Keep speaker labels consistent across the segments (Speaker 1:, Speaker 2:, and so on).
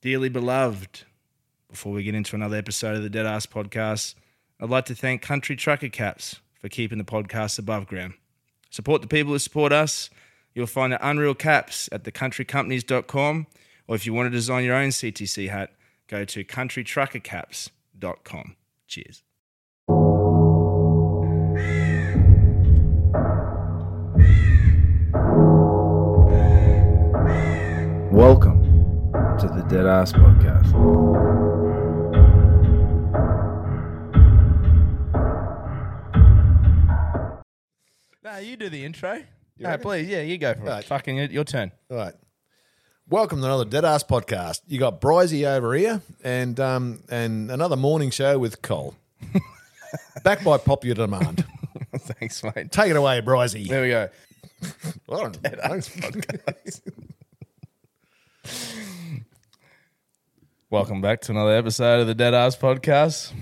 Speaker 1: dearly beloved, before we get into another episode of the Dead Ass Podcast, I'd like to thank Country Trucker Caps for keeping the podcast above ground. Support the people who support us. You'll find the Unreal Caps at thecountrycompanies.com, or if you want to design your own CTC hat, go to countrytruckercaps.com. Cheers. Welcome to the Dead Ass Podcast. No, you do the intro. no,
Speaker 2: reckon?
Speaker 1: please, yeah, you go for
Speaker 2: Right.
Speaker 1: it. Fucking, your- your turn.
Speaker 2: All right. Welcome to another Dead Ass podcast. You got Brizey over here and um, and another morning show with Cole. Back by popular demand.
Speaker 1: Thanks, mate.
Speaker 2: Take it away, Brizey.
Speaker 1: There we go.
Speaker 2: Well,
Speaker 1: Welcome back to another episode of the Dead Ass Podcast.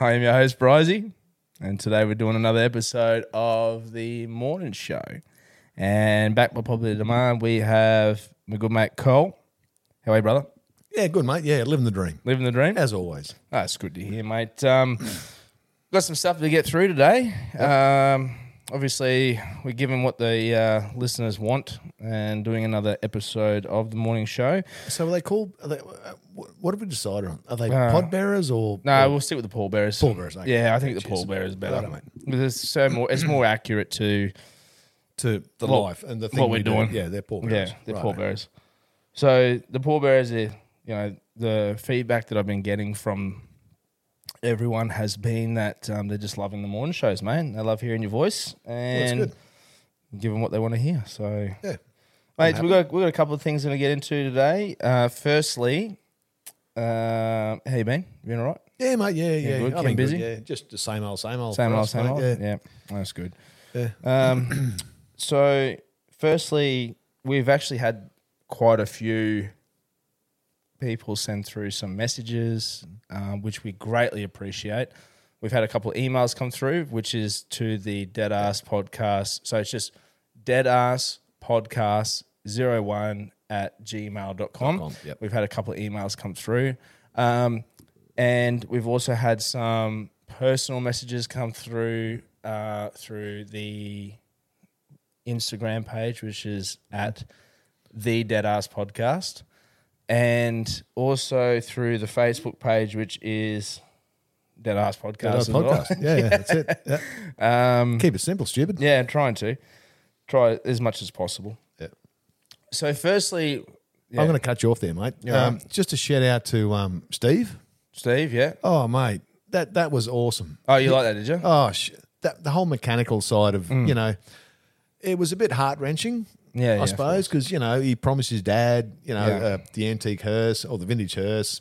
Speaker 1: I am your host, Brizey, and today we're doing another episode of the morning show. And back by popular demand, we have my good mate Cole. How are you, brother?
Speaker 2: yeah, good, mate. Yeah, living the dream,
Speaker 1: Living the dream?
Speaker 2: as always.
Speaker 1: That's good to hear, mate. Um, got some stuff to get through today. Um, obviously, we're giving what the uh, listeners want and doing another episode of the morning show.
Speaker 2: So, are they called? Are they, uh, wh- what have we decided on? Are they pod bearers or
Speaker 1: No, we'll stick with the pallbearers.
Speaker 2: Pallbearers, okay.
Speaker 1: Yeah, I think the pallbearers is better.
Speaker 2: Righto, mate.
Speaker 1: It's so more. It's more accurate to
Speaker 2: to the
Speaker 1: What-
Speaker 2: life and the thing
Speaker 1: what
Speaker 2: we
Speaker 1: we're
Speaker 2: do?
Speaker 1: doing.
Speaker 2: Yeah, they're poor
Speaker 1: yeah,
Speaker 2: bearers.
Speaker 1: the
Speaker 2: Righto.
Speaker 1: pallbearers. So the pallbearers are, you know, the feedback that I've been getting from everyone has been that um, they're just loving the morning shows, mate. They love hearing your voice and
Speaker 2: good.
Speaker 1: giving what they want to hear. So
Speaker 2: Yeah.
Speaker 1: Mate, we've got, we got a couple of things going to get into today. Uh, firstly, uh, how you been? You been all right?
Speaker 2: Yeah, mate. Yeah, yeah.
Speaker 1: good,
Speaker 2: I've
Speaker 1: keeping
Speaker 2: been
Speaker 1: busy?
Speaker 2: busy. yeah, just the same old, same old.
Speaker 1: Same
Speaker 2: for
Speaker 1: old,
Speaker 2: us,
Speaker 1: same
Speaker 2: mate.
Speaker 1: old?
Speaker 2: Yeah.
Speaker 1: Yeah, that's good. Um, so, firstly, we've actually had quite a few people send through some messages, um, which we greatly appreciate. We've had a couple of emails come through, which is to the Dead Ass Podcast. So it's just Dead Ass Podcast 01 at gmail.com.
Speaker 2: com, yep.
Speaker 1: We've had a couple of emails come through. Um, and we've also had some personal messages come through uh, through the Instagram page, which is at the Dead Ass Podcast, and also through the Facebook page, which is Dead Ass Podcast.
Speaker 2: Dead Ass
Speaker 1: as well.
Speaker 2: podcast. Yeah, Um, yeah, that's it. Yeah. Keep it simple, stupid.
Speaker 1: Yeah, trying to try as much as possible.
Speaker 2: Yeah. Um,
Speaker 1: So, firstly, yeah,
Speaker 2: I'm going to cut you off there, mate. Um, just a shout out to um, Steve.
Speaker 1: Steve. Yeah.
Speaker 2: Oh, mate, that that was awesome.
Speaker 1: Oh, you like that, did you?
Speaker 2: Oh, sh- that the whole mechanical side of you know, it was a bit heart wrenching.
Speaker 1: Mm. Yeah,
Speaker 2: I
Speaker 1: yeah, of
Speaker 2: suppose because you know he promised his dad, you know,
Speaker 1: Yeah.
Speaker 2: uh, the antique hearse or the vintage hearse,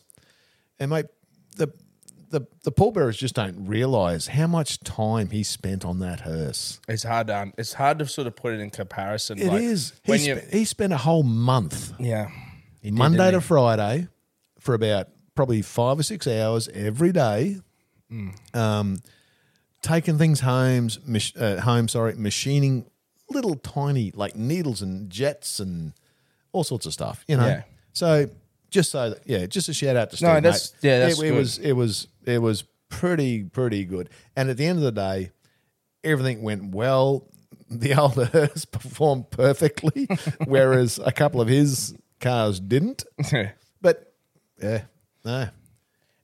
Speaker 2: and mate, the the the pallbearers just don't realise how much time he spent on that hearse.
Speaker 1: It's hard to um, it's hard to sort of put it in comparison.
Speaker 2: It is.
Speaker 1: when
Speaker 2: He,
Speaker 1: you
Speaker 2: sp- he spent a whole month,
Speaker 1: yeah
Speaker 2: Monday to Friday, for about probably five or six hours every day, um, taking things homes, mach- uh, home, sorry, machining little tiny like needles and jets and all sorts of stuff. You know,
Speaker 1: Yeah.
Speaker 2: so just so that, yeah, just a shout out to Steve.
Speaker 1: No, that's-
Speaker 2: mate.
Speaker 1: yeah, that's
Speaker 2: it, it
Speaker 1: good.
Speaker 2: was it was it was pretty pretty good. And at the end of the day, everything went well. The older hearse performed perfectly, whereas a couple of his cars didn't. But yeah, no,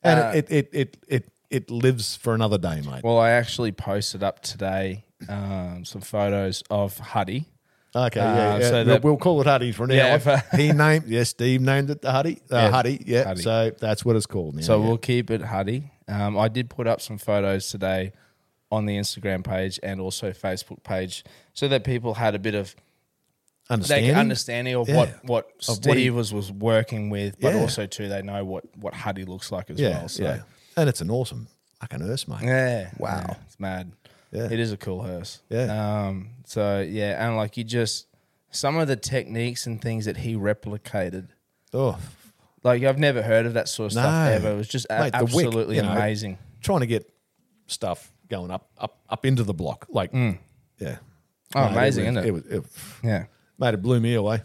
Speaker 2: and
Speaker 1: Uh,
Speaker 2: it, it it it it lives for another day, mate.
Speaker 1: Well, I actually posted up today um, some photos of Huddy.
Speaker 2: Okay, yeah,
Speaker 1: Uh,
Speaker 2: yeah.
Speaker 1: so
Speaker 2: We'll-
Speaker 1: that-
Speaker 2: we'll call it Huddy for now.
Speaker 1: Yeah, if-
Speaker 2: he named yes, Steve named it the Huddy. Uh,
Speaker 1: Yeah,
Speaker 2: Huddy, yeah.
Speaker 1: Huddy.
Speaker 2: So that's what it's called now.
Speaker 1: So
Speaker 2: yeah.
Speaker 1: we'll keep it Huddy. Um, I did put up some photos today on the Instagram page and also Facebook page so that people had a bit of
Speaker 2: understanding.
Speaker 1: like, understanding of
Speaker 2: Yeah.
Speaker 1: what, what
Speaker 2: Of
Speaker 1: Steve
Speaker 2: what he-
Speaker 1: was, was working with, but
Speaker 2: Yeah.
Speaker 1: also too they know what, what Huddy looks like as
Speaker 2: yeah,
Speaker 1: well. So
Speaker 2: yeah. And it's an awesome fucking hearse, mate.
Speaker 1: Yeah.
Speaker 2: Wow.
Speaker 1: Yeah, it's mad.
Speaker 2: Yeah.
Speaker 1: It is a cool hearse.
Speaker 2: Yeah.
Speaker 1: Um, so yeah, and like you just some of the techniques and things that he replicated.
Speaker 2: Oh,
Speaker 1: Like I've never heard of that sort of
Speaker 2: No.
Speaker 1: stuff ever. It was just a-
Speaker 2: Mate, the wick,
Speaker 1: absolutely
Speaker 2: you know.
Speaker 1: amazing.
Speaker 2: trying to get stuff going up up up into the block, like yeah.
Speaker 1: Oh,
Speaker 2: Mate,
Speaker 1: amazing,
Speaker 2: was-
Speaker 1: isn't it?
Speaker 2: It was, it,
Speaker 1: Yeah.
Speaker 2: mate, it blew me away.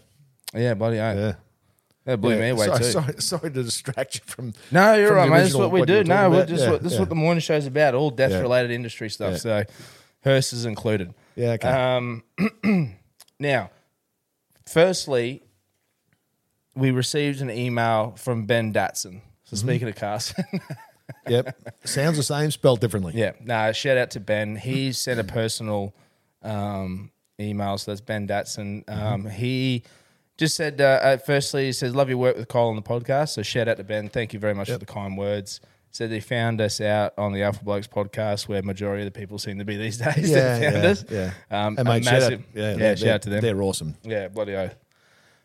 Speaker 1: Yeah, buddy.
Speaker 2: Yeah.
Speaker 1: That blew me
Speaker 2: Yeah.
Speaker 1: away
Speaker 2: sorry,
Speaker 1: too.
Speaker 2: Sorry, sorry to distract you from.
Speaker 1: No, you're
Speaker 2: from
Speaker 1: right,
Speaker 2: the
Speaker 1: mate. This is
Speaker 2: original-
Speaker 1: what we
Speaker 2: what you
Speaker 1: do.
Speaker 2: were
Speaker 1: No,
Speaker 2: talking
Speaker 1: we're
Speaker 2: about.
Speaker 1: just
Speaker 2: Yeah,
Speaker 1: what, this is
Speaker 2: yeah.
Speaker 1: what the morning show's about. All death
Speaker 2: Yeah.
Speaker 1: related industry stuff.
Speaker 2: Yeah.
Speaker 1: So, hearse is included.
Speaker 2: Yeah, okay.
Speaker 1: Um, now, firstly, we received an email from Ben Datson. So
Speaker 2: Mm-hmm.
Speaker 1: speaking of cars,
Speaker 2: yep. Sounds the same, spelled differently.
Speaker 1: yeah. Nah, shout out to Ben. He sent a personal um, email. So that's Ben Datson.
Speaker 2: Mm-hmm.
Speaker 1: Um, He just said, uh, uh, firstly, he says, "Love your work with Cole on the podcast." So shout out to Ben. Thank you very much for the kind words. Said they found us out on the Alpha Blokes podcast, where majority of the people seem to be these days.
Speaker 2: Yeah,
Speaker 1: that found
Speaker 2: yeah,
Speaker 1: us.
Speaker 2: yeah.
Speaker 1: Um,
Speaker 2: And
Speaker 1: a
Speaker 2: mate, shout out,
Speaker 1: massive,
Speaker 2: yeah,
Speaker 1: yeah,
Speaker 2: they're-
Speaker 1: shout out to them.
Speaker 2: They're awesome.
Speaker 1: Yeah, bloody oath.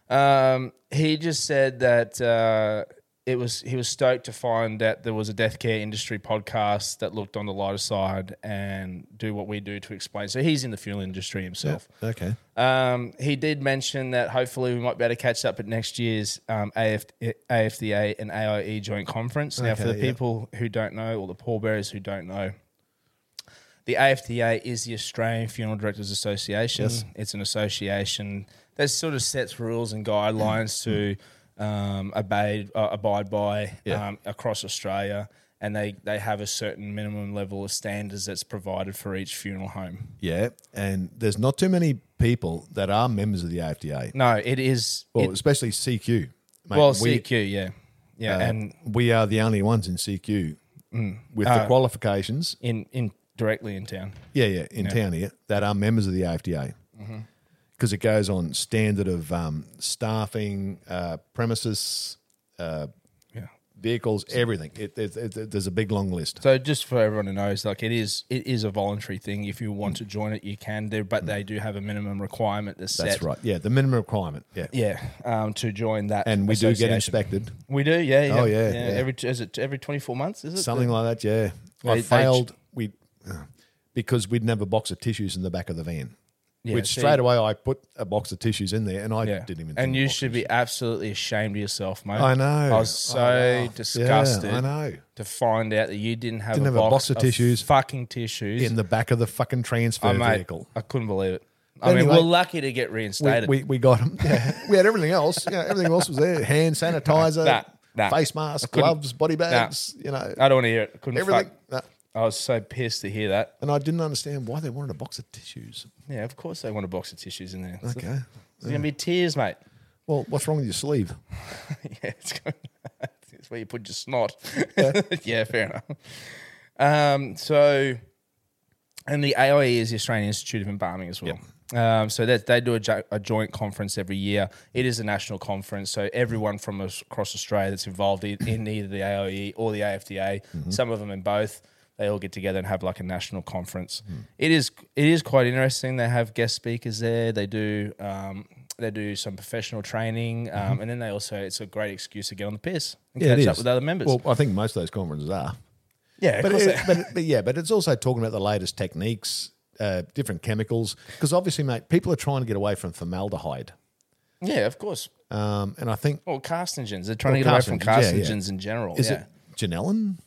Speaker 1: Um, he just said that uh, it was he was stoked to find that there was a death care industry podcast that looked on the lighter side and do what we do to explain. So he's in the fuel industry himself.
Speaker 2: Okay.
Speaker 1: Um, he did mention that hopefully we might be able to catch up at next year's um, AF, AFDA and AIE joint conference. Now, for the
Speaker 2: Okay, yeah.
Speaker 1: people who don't know, or the pallbearers who don't know, the AFDA is the Australian Funeral Directors Association. It's an association that sort of sets rules and guidelines to um, obeyed, uh, abide by
Speaker 2: Yeah.
Speaker 1: um, across Australia. And they, they have a certain minimum level of standards that's provided for each funeral home.
Speaker 2: Yeah. And there's not too many people that are members of the AFDA,
Speaker 1: No, it is.
Speaker 2: well,
Speaker 1: it-
Speaker 2: especially CQ. Mate,
Speaker 1: well,
Speaker 2: we,
Speaker 1: CQ, yeah, yeah,
Speaker 2: uh,
Speaker 1: and
Speaker 2: we are the only ones in CQ
Speaker 1: Mm.
Speaker 2: with
Speaker 1: Oh.
Speaker 2: the qualifications.
Speaker 1: in in directly in town.
Speaker 2: Yeah, yeah, in town here that are members of the AFDA
Speaker 1: Mm-hmm.
Speaker 2: because it goes on standard of um, staffing, uh, premises,
Speaker 1: Yeah.
Speaker 2: vehicles, everything. It, it, it, it- there's a big long list.
Speaker 1: So just for everyone to know, it's like it is it is a voluntary thing. If you want to join it, you can do, but they do have a minimum requirement that's,
Speaker 2: Mm. That's
Speaker 1: set.
Speaker 2: right. Yeah, the minimum requirement. Yeah,
Speaker 1: Yeah, um, to join that,
Speaker 2: and we do get
Speaker 1: association.
Speaker 2: inspected,
Speaker 1: We do, yeah, yeah.
Speaker 2: Oh, yeah, yeah.
Speaker 1: Every is it every twenty four months? Is it
Speaker 2: something like that. Yeah,
Speaker 1: They-
Speaker 2: I
Speaker 1: they-
Speaker 2: failed. we uh, because we'd never box of tissues in the back of the van.
Speaker 1: Yeah,
Speaker 2: which
Speaker 1: see-
Speaker 2: straight away I put a box of tissues in there, and I
Speaker 1: Yeah.
Speaker 2: didn't even.
Speaker 1: And
Speaker 2: think
Speaker 1: you
Speaker 2: box of
Speaker 1: should be absolutely ashamed of yourself, mate.
Speaker 2: I know.
Speaker 1: I was so
Speaker 2: I know. Yeah,
Speaker 1: disgusted.
Speaker 2: I know.
Speaker 1: To find out that you didn't have,
Speaker 2: Didn't
Speaker 1: a,
Speaker 2: have a
Speaker 1: box
Speaker 2: box of tissues.
Speaker 1: fucking tissues
Speaker 2: in the back of the fucking transfer
Speaker 1: Oh, mate,
Speaker 2: vehicle.
Speaker 1: I couldn't believe it. I
Speaker 2: But
Speaker 1: mean,
Speaker 2: anyway-
Speaker 1: we're lucky to get
Speaker 2: we,
Speaker 1: reinstated.
Speaker 2: we, we got them. we had everything else. Yeah, everything else was there. Hand sanitizer,
Speaker 1: Nah, nah.
Speaker 2: face masks,
Speaker 1: couldn't-
Speaker 2: gloves, body bags. You know,
Speaker 1: I don't want to hear it. I couldn't
Speaker 2: everything.
Speaker 1: fuck.
Speaker 2: Nah.
Speaker 1: I was so pissed to hear that.
Speaker 2: And I didn't understand why they wanted a box of tissues.
Speaker 1: Yeah, of course they want a box of tissues in there. It's,
Speaker 2: Okay.
Speaker 1: it's gonna be tears, mate.
Speaker 2: Well, what's wrong with your sleeve?
Speaker 1: yeah, it's going. it's where you put your snot. yeah, fair enough. Um, so, and the AIE is the Australian Institute of Embalming as well. Um, so that they do a, jo- a joint conference every year. It is a national conference, so everyone from us- across Australia that's involved in, in either the AIE or the AFDA,
Speaker 2: Mm-hmm.
Speaker 1: some of them in both, they all get together and have like a national conference.
Speaker 2: Hmm.
Speaker 1: It is it is quite interesting. They have guest speakers there. They do um, they do some professional training, um,
Speaker 2: Mm-hmm.
Speaker 1: and then they also it's a great excuse to get on the piss and catch up with other members.
Speaker 2: Well, I think most of those conferences are.
Speaker 1: yeah, of
Speaker 2: But,
Speaker 1: course
Speaker 2: it-
Speaker 1: they-
Speaker 2: but, but yeah, but it's also talking about the latest techniques, uh, different chemicals. Because obviously, mate, people are trying to get away from formaldehyde.
Speaker 1: yeah, of course.
Speaker 2: Um, and I think,
Speaker 1: Well, carcinogens. They're trying
Speaker 2: Well,
Speaker 1: to get away from
Speaker 2: carcinogens, yeah, yeah.
Speaker 1: carcinogens in general.
Speaker 2: is
Speaker 1: yeah.
Speaker 2: it Janellin?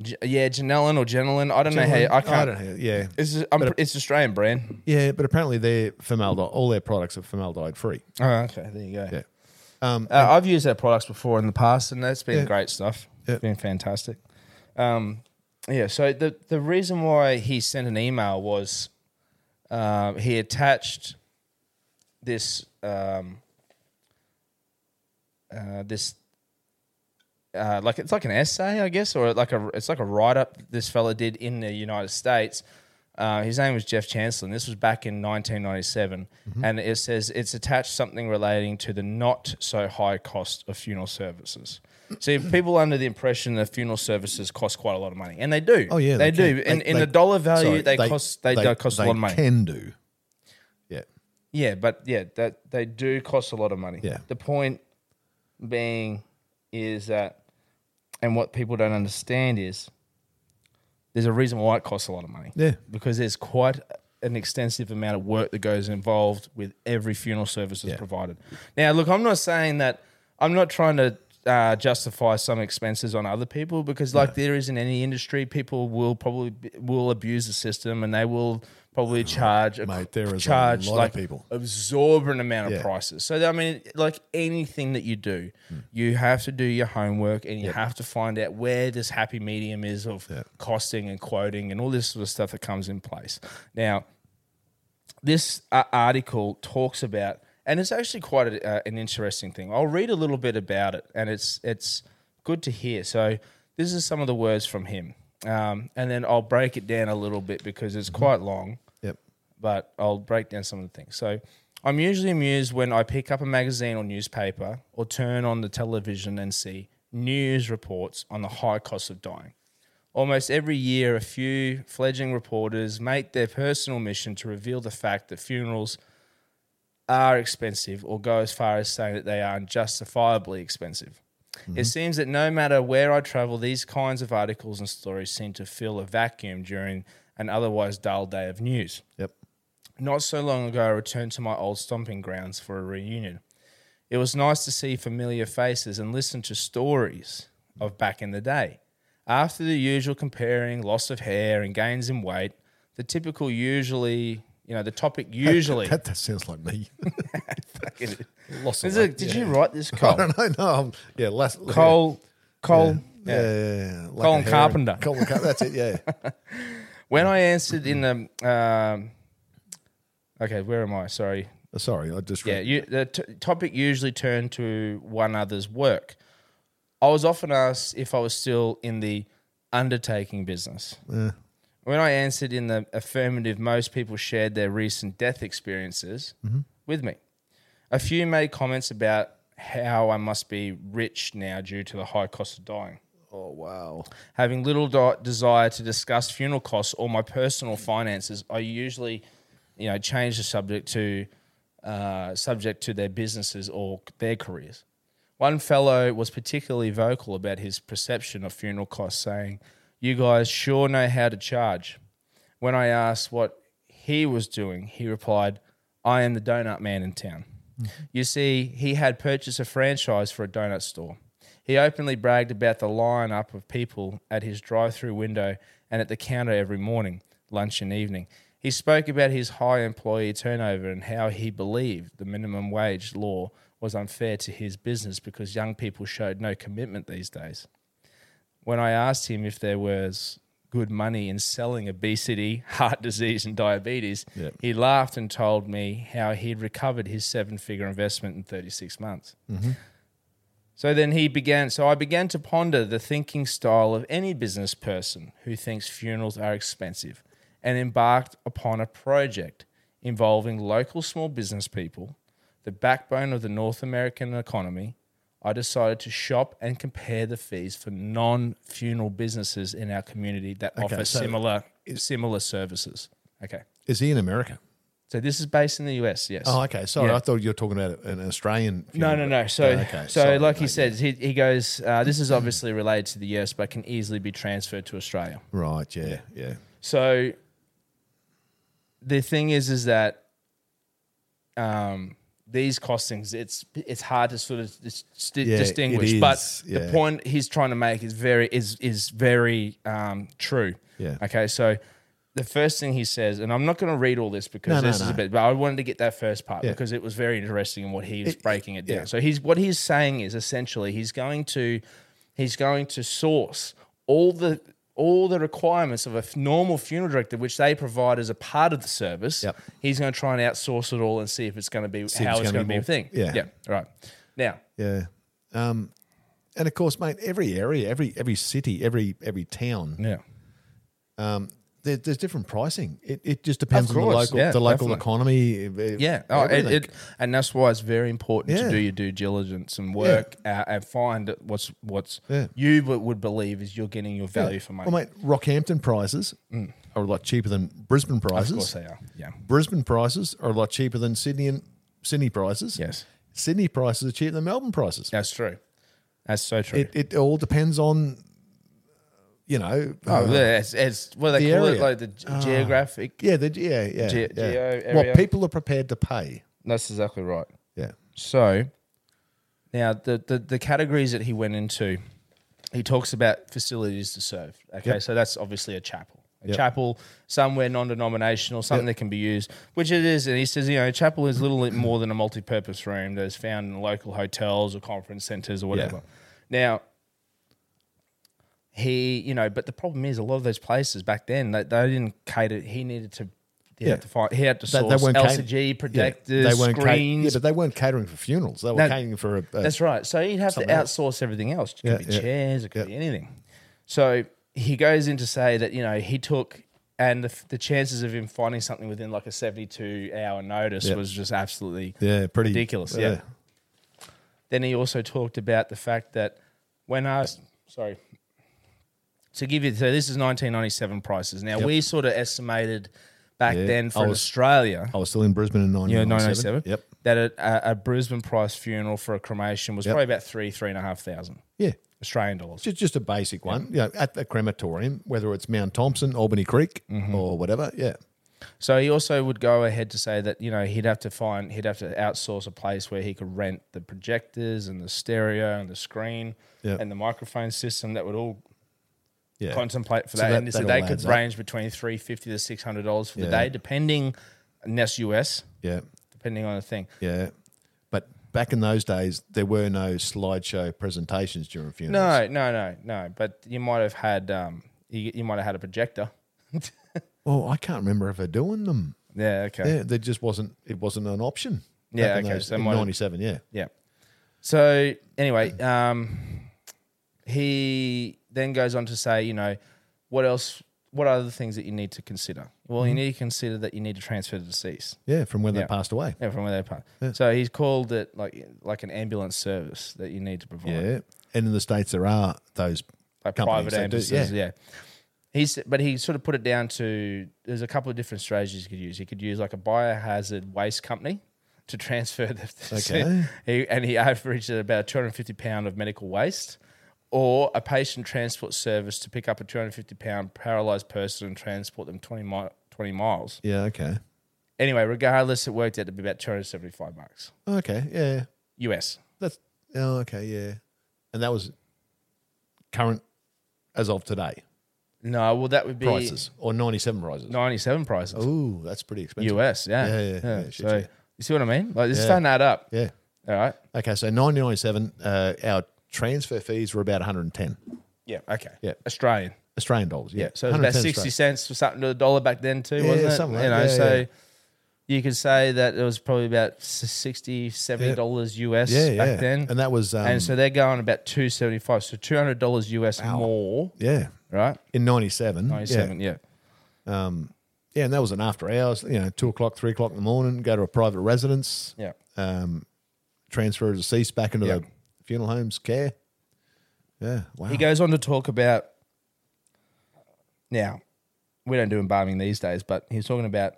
Speaker 1: G- yeah, Janellin or Genelin. I don't know
Speaker 2: Janellin?
Speaker 1: how. I can't.
Speaker 2: I don't know. Yeah.
Speaker 1: It's, just- I'm, it's Australian brand.
Speaker 2: Yeah, but apparently they're formaldehyde. All their products are formaldehyde free.
Speaker 1: Oh, okay. There you go.
Speaker 2: Yeah.
Speaker 1: Uh, I've used their products before in the past, and that's been
Speaker 2: Yeah.
Speaker 1: great stuff.
Speaker 2: Yeah.
Speaker 1: It's been fantastic. Um, yeah. So the the reason why he sent an email was um, he attached this um, uh, this. Uh, like it's like an essay, I guess, or like a it's like a write up this fella did in the United States. Uh, his name was Jeff Chancellor. and This was back in 1997,
Speaker 2: Mm-hmm.
Speaker 1: and it says it's attached something relating to the not so high cost of funeral services. See, people are under the impression that funeral services cost quite a lot of money, and they do.
Speaker 2: Oh, yeah,
Speaker 1: they,
Speaker 2: they
Speaker 1: do.
Speaker 2: can.
Speaker 1: in
Speaker 2: They-
Speaker 1: in
Speaker 2: they-
Speaker 1: the dollar value,
Speaker 2: Sorry,
Speaker 1: they, cost they, do cost a lot of money.
Speaker 2: Can do. Yeah.
Speaker 1: Yeah, but yeah, that they do cost a lot of money.
Speaker 2: Yeah.
Speaker 1: The point being is that, and what people don't understand is, there's a reason why it costs a lot of money.
Speaker 2: Yeah.
Speaker 1: Because there's quite an extensive amount of work that goes involved with every funeral service that's
Speaker 2: Yeah.
Speaker 1: provided. Now, look, I'm not saying that. I'm not trying to uh, justify some expenses on other people because, like, there is in any industry, people will probably be, will abuse the system and they will probably
Speaker 2: Mm.
Speaker 1: charge a,
Speaker 2: Mate, there is a
Speaker 1: charge
Speaker 2: lot of
Speaker 1: like
Speaker 2: people.
Speaker 1: absorbent amount
Speaker 2: Yeah. Hmm.
Speaker 1: of prices. So I mean, like anything that you do, you have to do your homework and you have to find out where this happy medium is of costing and quoting and all this sort of stuff that comes in place. Now this uh, article talks about, and it's actually quite a, uh, an interesting thing. I'll read a little bit about it, and it's it's good to hear. So this is some of the words from him, um, and then I'll break it down a little bit because it's quite long
Speaker 2: Yep.
Speaker 1: but I'll break down some of the things. So I'm usually amused when I pick up a magazine or newspaper or turn on the television and see news reports on the high cost of dying. Almost every year, a few fledgling reporters make their personal mission to reveal the fact that funerals are expensive or go as far as saying that they are unjustifiably expensive. It seems that no matter where I travel, these kinds of articles and stories seem to fill a vacuum during an otherwise dull day of news.
Speaker 2: Yep.
Speaker 1: Not so long ago, I returned to my old stomping grounds for a reunion. It was nice to see familiar faces and listen to stories of back in the day. After the usual comparing loss of hair and gains in weight, the typical usually, you know, the topic usually.
Speaker 2: That, that sounds like me. Lost
Speaker 1: Is it- did you write this,
Speaker 2: I
Speaker 1: Cole?
Speaker 2: don't know. No, I'm, yeah, last
Speaker 1: Cole, Cole,
Speaker 2: Yeah,
Speaker 1: yeah.
Speaker 2: yeah, yeah, yeah. Like
Speaker 1: Colin
Speaker 2: a hair-
Speaker 1: Carpenter.
Speaker 2: Colin Car- That's it. Yeah.
Speaker 1: When I answered in the, um, okay, where am I? Sorry,
Speaker 2: Uh, Sorry, I just
Speaker 1: Yeah,
Speaker 2: read.
Speaker 1: you, the t- topic usually turned to one another's work. I was often asked if I was still in the undertaking business.
Speaker 2: Yeah.
Speaker 1: When I answered in the affirmative, most people shared their recent death experiences with me. A few made comments about how I must be rich now due to the high cost of dying
Speaker 2: Oh wow.
Speaker 1: having little di- desire to discuss funeral costs or my personal finances, I usually, you know, change the subject to uh, subject to their businesses or their careers. One fellow was particularly vocal about his perception of funeral costs, saying, "You guys sure know how to charge." When I asked what he was doing, he replied, "I am the donut man in town." You see, he had purchased a franchise for a donut store. He openly bragged about the line-up of people at his drive-through window and at the counter every morning, lunch and evening. He spoke about his high employee turnover and how he believed the minimum wage law was unfair to his business because young people showed no commitment these days. When I asked him if there was good money in selling obesity, heart disease, and diabetes,
Speaker 2: Yeah.
Speaker 1: he laughed and told me how he'd recovered his seven figure investment in 36 months. So then he began. So I began to ponder the thinking style of any business person who thinks funerals are expensive and embarked upon a project involving local small business people, the backbone of the North American economy. I decided to shop and compare the fees for non funeral businesses in our community that offer
Speaker 2: so-
Speaker 1: similar similar services. Okay.
Speaker 2: Is he in America?
Speaker 1: So this is based in the US, yes.
Speaker 2: Oh, okay. Sorry,
Speaker 1: Yeah.
Speaker 2: I thought you were talking about an Australian.
Speaker 1: No,
Speaker 2: funeral.
Speaker 1: no, no. So,
Speaker 2: Oh, Okay,
Speaker 1: so
Speaker 2: sorry,
Speaker 1: like he
Speaker 2: mate.
Speaker 1: says, he, he goes, uh, this is obviously related to the US, but can easily be transferred to Australia.
Speaker 2: Right. Yeah. Yeah.
Speaker 1: So the thing is, is that um, these costings, it's it's hard to sort of dis- dis-
Speaker 2: Yeah,
Speaker 1: distinguish.
Speaker 2: it
Speaker 1: But
Speaker 2: is,
Speaker 1: the
Speaker 2: yeah.
Speaker 1: point he's trying to make is very is is very um, true.
Speaker 2: Yeah.
Speaker 1: Okay. So the first thing he says, and I'm not going to read all this because
Speaker 2: No, no,
Speaker 1: this is a
Speaker 2: no.
Speaker 1: bit, but I wanted to get that first part
Speaker 2: Yeah.
Speaker 1: because it was very interesting in what he was
Speaker 2: It-
Speaker 1: breaking it down.
Speaker 2: yeah.
Speaker 1: So he's what he's saying is essentially he's going to he's going to source all the all the requirements of a f- normal funeral director, which they provide as a part of the service.
Speaker 2: Yep.
Speaker 1: He's going to try and outsource it all and see if it's going to be
Speaker 2: if
Speaker 1: how
Speaker 2: it's
Speaker 1: it's
Speaker 2: gonna
Speaker 1: going to
Speaker 2: be
Speaker 1: be a thing.
Speaker 2: more- yeah.
Speaker 1: yeah, right. Now,
Speaker 2: Yeah. Um, and of course, mate, every area, every every city, every every town,
Speaker 1: yeah,
Speaker 2: um, there, there's different pricing. It, it just depends
Speaker 1: Of
Speaker 2: on the
Speaker 1: course,
Speaker 2: local
Speaker 1: yeah,
Speaker 2: the local
Speaker 1: definitely.
Speaker 2: economy. eh,
Speaker 1: yeah, oh, it,
Speaker 2: everything.
Speaker 1: it, and that's why it's very important
Speaker 2: Yeah.
Speaker 1: to do your due diligence and work out and find what's what's
Speaker 2: Yeah.
Speaker 1: you would would believe is you're getting your value for money. Mm.
Speaker 2: Well, mate, Rockhampton prices are a lot cheaper than Brisbane prices.
Speaker 1: of course they are. Yeah,
Speaker 2: Brisbane prices are a lot cheaper than Sydney and Sydney prices.
Speaker 1: Yes.
Speaker 2: Sydney prices are cheaper than Melbourne prices.
Speaker 1: that's true. That's so true.
Speaker 2: It, it all depends on, you know,
Speaker 1: Oh,
Speaker 2: uh,
Speaker 1: yeah, it's, it's what do they
Speaker 2: the
Speaker 1: call it,
Speaker 2: area. Ah.
Speaker 1: like the ge- geographic.
Speaker 2: yeah, the, yeah, yeah,
Speaker 1: Ge-
Speaker 2: yeah.
Speaker 1: geo area.
Speaker 2: What people are prepared to pay.
Speaker 1: That's exactly right.
Speaker 2: Yeah.
Speaker 1: So Now, the, the, the categories that he went into, he talks about facilities to serve. Okay, so that's obviously a chapel. A
Speaker 2: Yep.
Speaker 1: chapel, somewhere non denominational, something that can be used, which it is. And he says, you know, a chapel is little bit more than a multi purpose room that is found in local hotels or conference centers or whatever. Now, he, you know, but the problem is a lot of those places back then, they, they didn't cater, he needed to. He
Speaker 2: Yeah.
Speaker 1: had to find. He had to
Speaker 2: They,
Speaker 1: source
Speaker 2: they weren't cater-
Speaker 1: LCG
Speaker 2: yeah,
Speaker 1: projectors,
Speaker 2: weren't cater-
Speaker 1: screens.
Speaker 2: yeah, but they weren't catering for funerals. They were
Speaker 1: No,
Speaker 2: catering for a, a-
Speaker 1: That's right. So you'd have to
Speaker 2: something else.
Speaker 1: outsource everything else. It could
Speaker 2: Yeah,
Speaker 1: be
Speaker 2: yeah,
Speaker 1: chairs, it could
Speaker 2: yeah.
Speaker 1: be anything. So he goes in to say that, you know, he took, and the, the chances of him finding something within like a 72 hour notice
Speaker 2: Yeah.
Speaker 1: was just absolutely.
Speaker 2: yeah, pretty uh,
Speaker 1: Ridiculous, yeah. Then he also talked about the fact that when asked, sorry, to give you, so this is 1997 prices. Now we sort of estimated back
Speaker 2: Yeah,
Speaker 1: then
Speaker 2: I
Speaker 1: from
Speaker 2: was-
Speaker 1: Australia.
Speaker 2: I was still in Brisbane in
Speaker 1: Yeah,
Speaker 2: 1997.
Speaker 1: 907.
Speaker 2: Yep.
Speaker 1: That a, a, a Brisbane price funeral for a cremation was
Speaker 2: Yep.
Speaker 1: probably about three, three and a half thousand
Speaker 2: Yeah.
Speaker 1: Australian dollars.
Speaker 2: Just, just a basic one, you know, at the crematorium, whether it's Mount Thompson, Albany Creek,
Speaker 1: Mm-hmm.
Speaker 2: or whatever. Yeah.
Speaker 1: So he also would go ahead to say that you know he'd have to find he'd have to outsource a place where he could rent the projectors and the stereo and the screen
Speaker 2: Yeah.
Speaker 1: and the microphone system that would all
Speaker 2: Yeah.
Speaker 1: contemplate for
Speaker 2: So
Speaker 1: that.
Speaker 2: that-
Speaker 1: and so
Speaker 2: that
Speaker 1: they
Speaker 2: all
Speaker 1: could
Speaker 2: adds up.
Speaker 1: range between three fifty to six hundred dollars for the
Speaker 2: Yeah.
Speaker 1: day, depending, and that's US,
Speaker 2: yeah.
Speaker 1: depending on the thing.
Speaker 2: Yeah. But back in those days, there were no slideshow presentations during funerals.
Speaker 1: No, no, no, no. But you might have had um you, you might have had a projector.
Speaker 2: Well, Oh, I can't remember ever doing them.
Speaker 1: Yeah. Okay.
Speaker 2: Yeah, there just wasn't. It wasn't an option.
Speaker 1: Yeah,
Speaker 2: back in
Speaker 1: okay,
Speaker 2: those-
Speaker 1: so
Speaker 2: in
Speaker 1: might have-
Speaker 2: '97. Yeah.
Speaker 1: Yeah. So anyway, um, he then goes on to say, you know, what else? What are the things that you need to consider? Well, you need to consider that you need to transfer the deceased
Speaker 2: Yeah, from when
Speaker 1: Yeah.
Speaker 2: they passed away.
Speaker 1: yeah, from where they pass. So he's called it like like an ambulance service that you need to provide,
Speaker 2: Yeah, and in the states there are those
Speaker 1: like
Speaker 2: companies
Speaker 1: private
Speaker 2: that do-
Speaker 1: ambulances.
Speaker 2: yeah.
Speaker 1: yeah. He's, but he sort of put it down to there's a couple of different strategies you could use. You could use like a biohazard waste company to transfer the
Speaker 2: Okay.
Speaker 1: he, and he averaged at about 250 pound of medical waste, or a patient transport service to pick up a 250 pound paralyzed person and transport them 20 mi- 20 miles.
Speaker 2: Yeah. Okay.
Speaker 1: Anyway, regardless, it worked out to be about 275 bucks
Speaker 2: Okay. Yeah.
Speaker 1: US.
Speaker 2: That's. Oh, okay. Yeah. And that was current as of today
Speaker 1: No, well that would be
Speaker 2: prices or '97 prices.
Speaker 1: 97 prices
Speaker 2: Ooh, that's pretty expensive.
Speaker 1: US. Yeah,
Speaker 2: Yeah, yeah, yeah, shit,
Speaker 1: so
Speaker 2: yeah.
Speaker 1: you see what I mean? Like this is
Speaker 2: Yeah.
Speaker 1: starting to add up.
Speaker 2: Yeah.
Speaker 1: All right.
Speaker 2: Okay. So 1997, uh, our transfer fees were about 110
Speaker 1: Yeah. Okay.
Speaker 2: Yeah.
Speaker 1: Australian.
Speaker 2: Australian dollars. Yeah.
Speaker 1: So it was about
Speaker 2: 110
Speaker 1: 60
Speaker 2: Australian.
Speaker 1: cents for something to the dollar back then too,
Speaker 2: Yeah,
Speaker 1: wasn't it?
Speaker 2: something like
Speaker 1: you know,
Speaker 2: that. Yeah,
Speaker 1: so
Speaker 2: yeah.
Speaker 1: you could say that it was probably about s- 60 dollars US
Speaker 2: Yeah, yeah.
Speaker 1: back then.
Speaker 2: And that was. Um,
Speaker 1: and so they're going about 275 so 200 dollars US more,
Speaker 2: yeah.
Speaker 1: right?
Speaker 2: In 97.
Speaker 1: 97, yeah.
Speaker 2: Yeah, and that was an after hours, you know, two o'clock, three o'clock in the morning, go to a private residence,
Speaker 1: Yeah.
Speaker 2: um, transfer a deceased back into
Speaker 1: Yeah.
Speaker 2: the funeral home's care. Yeah, wow.
Speaker 1: He goes on to talk about now we don't do embalming these days, but he's talking about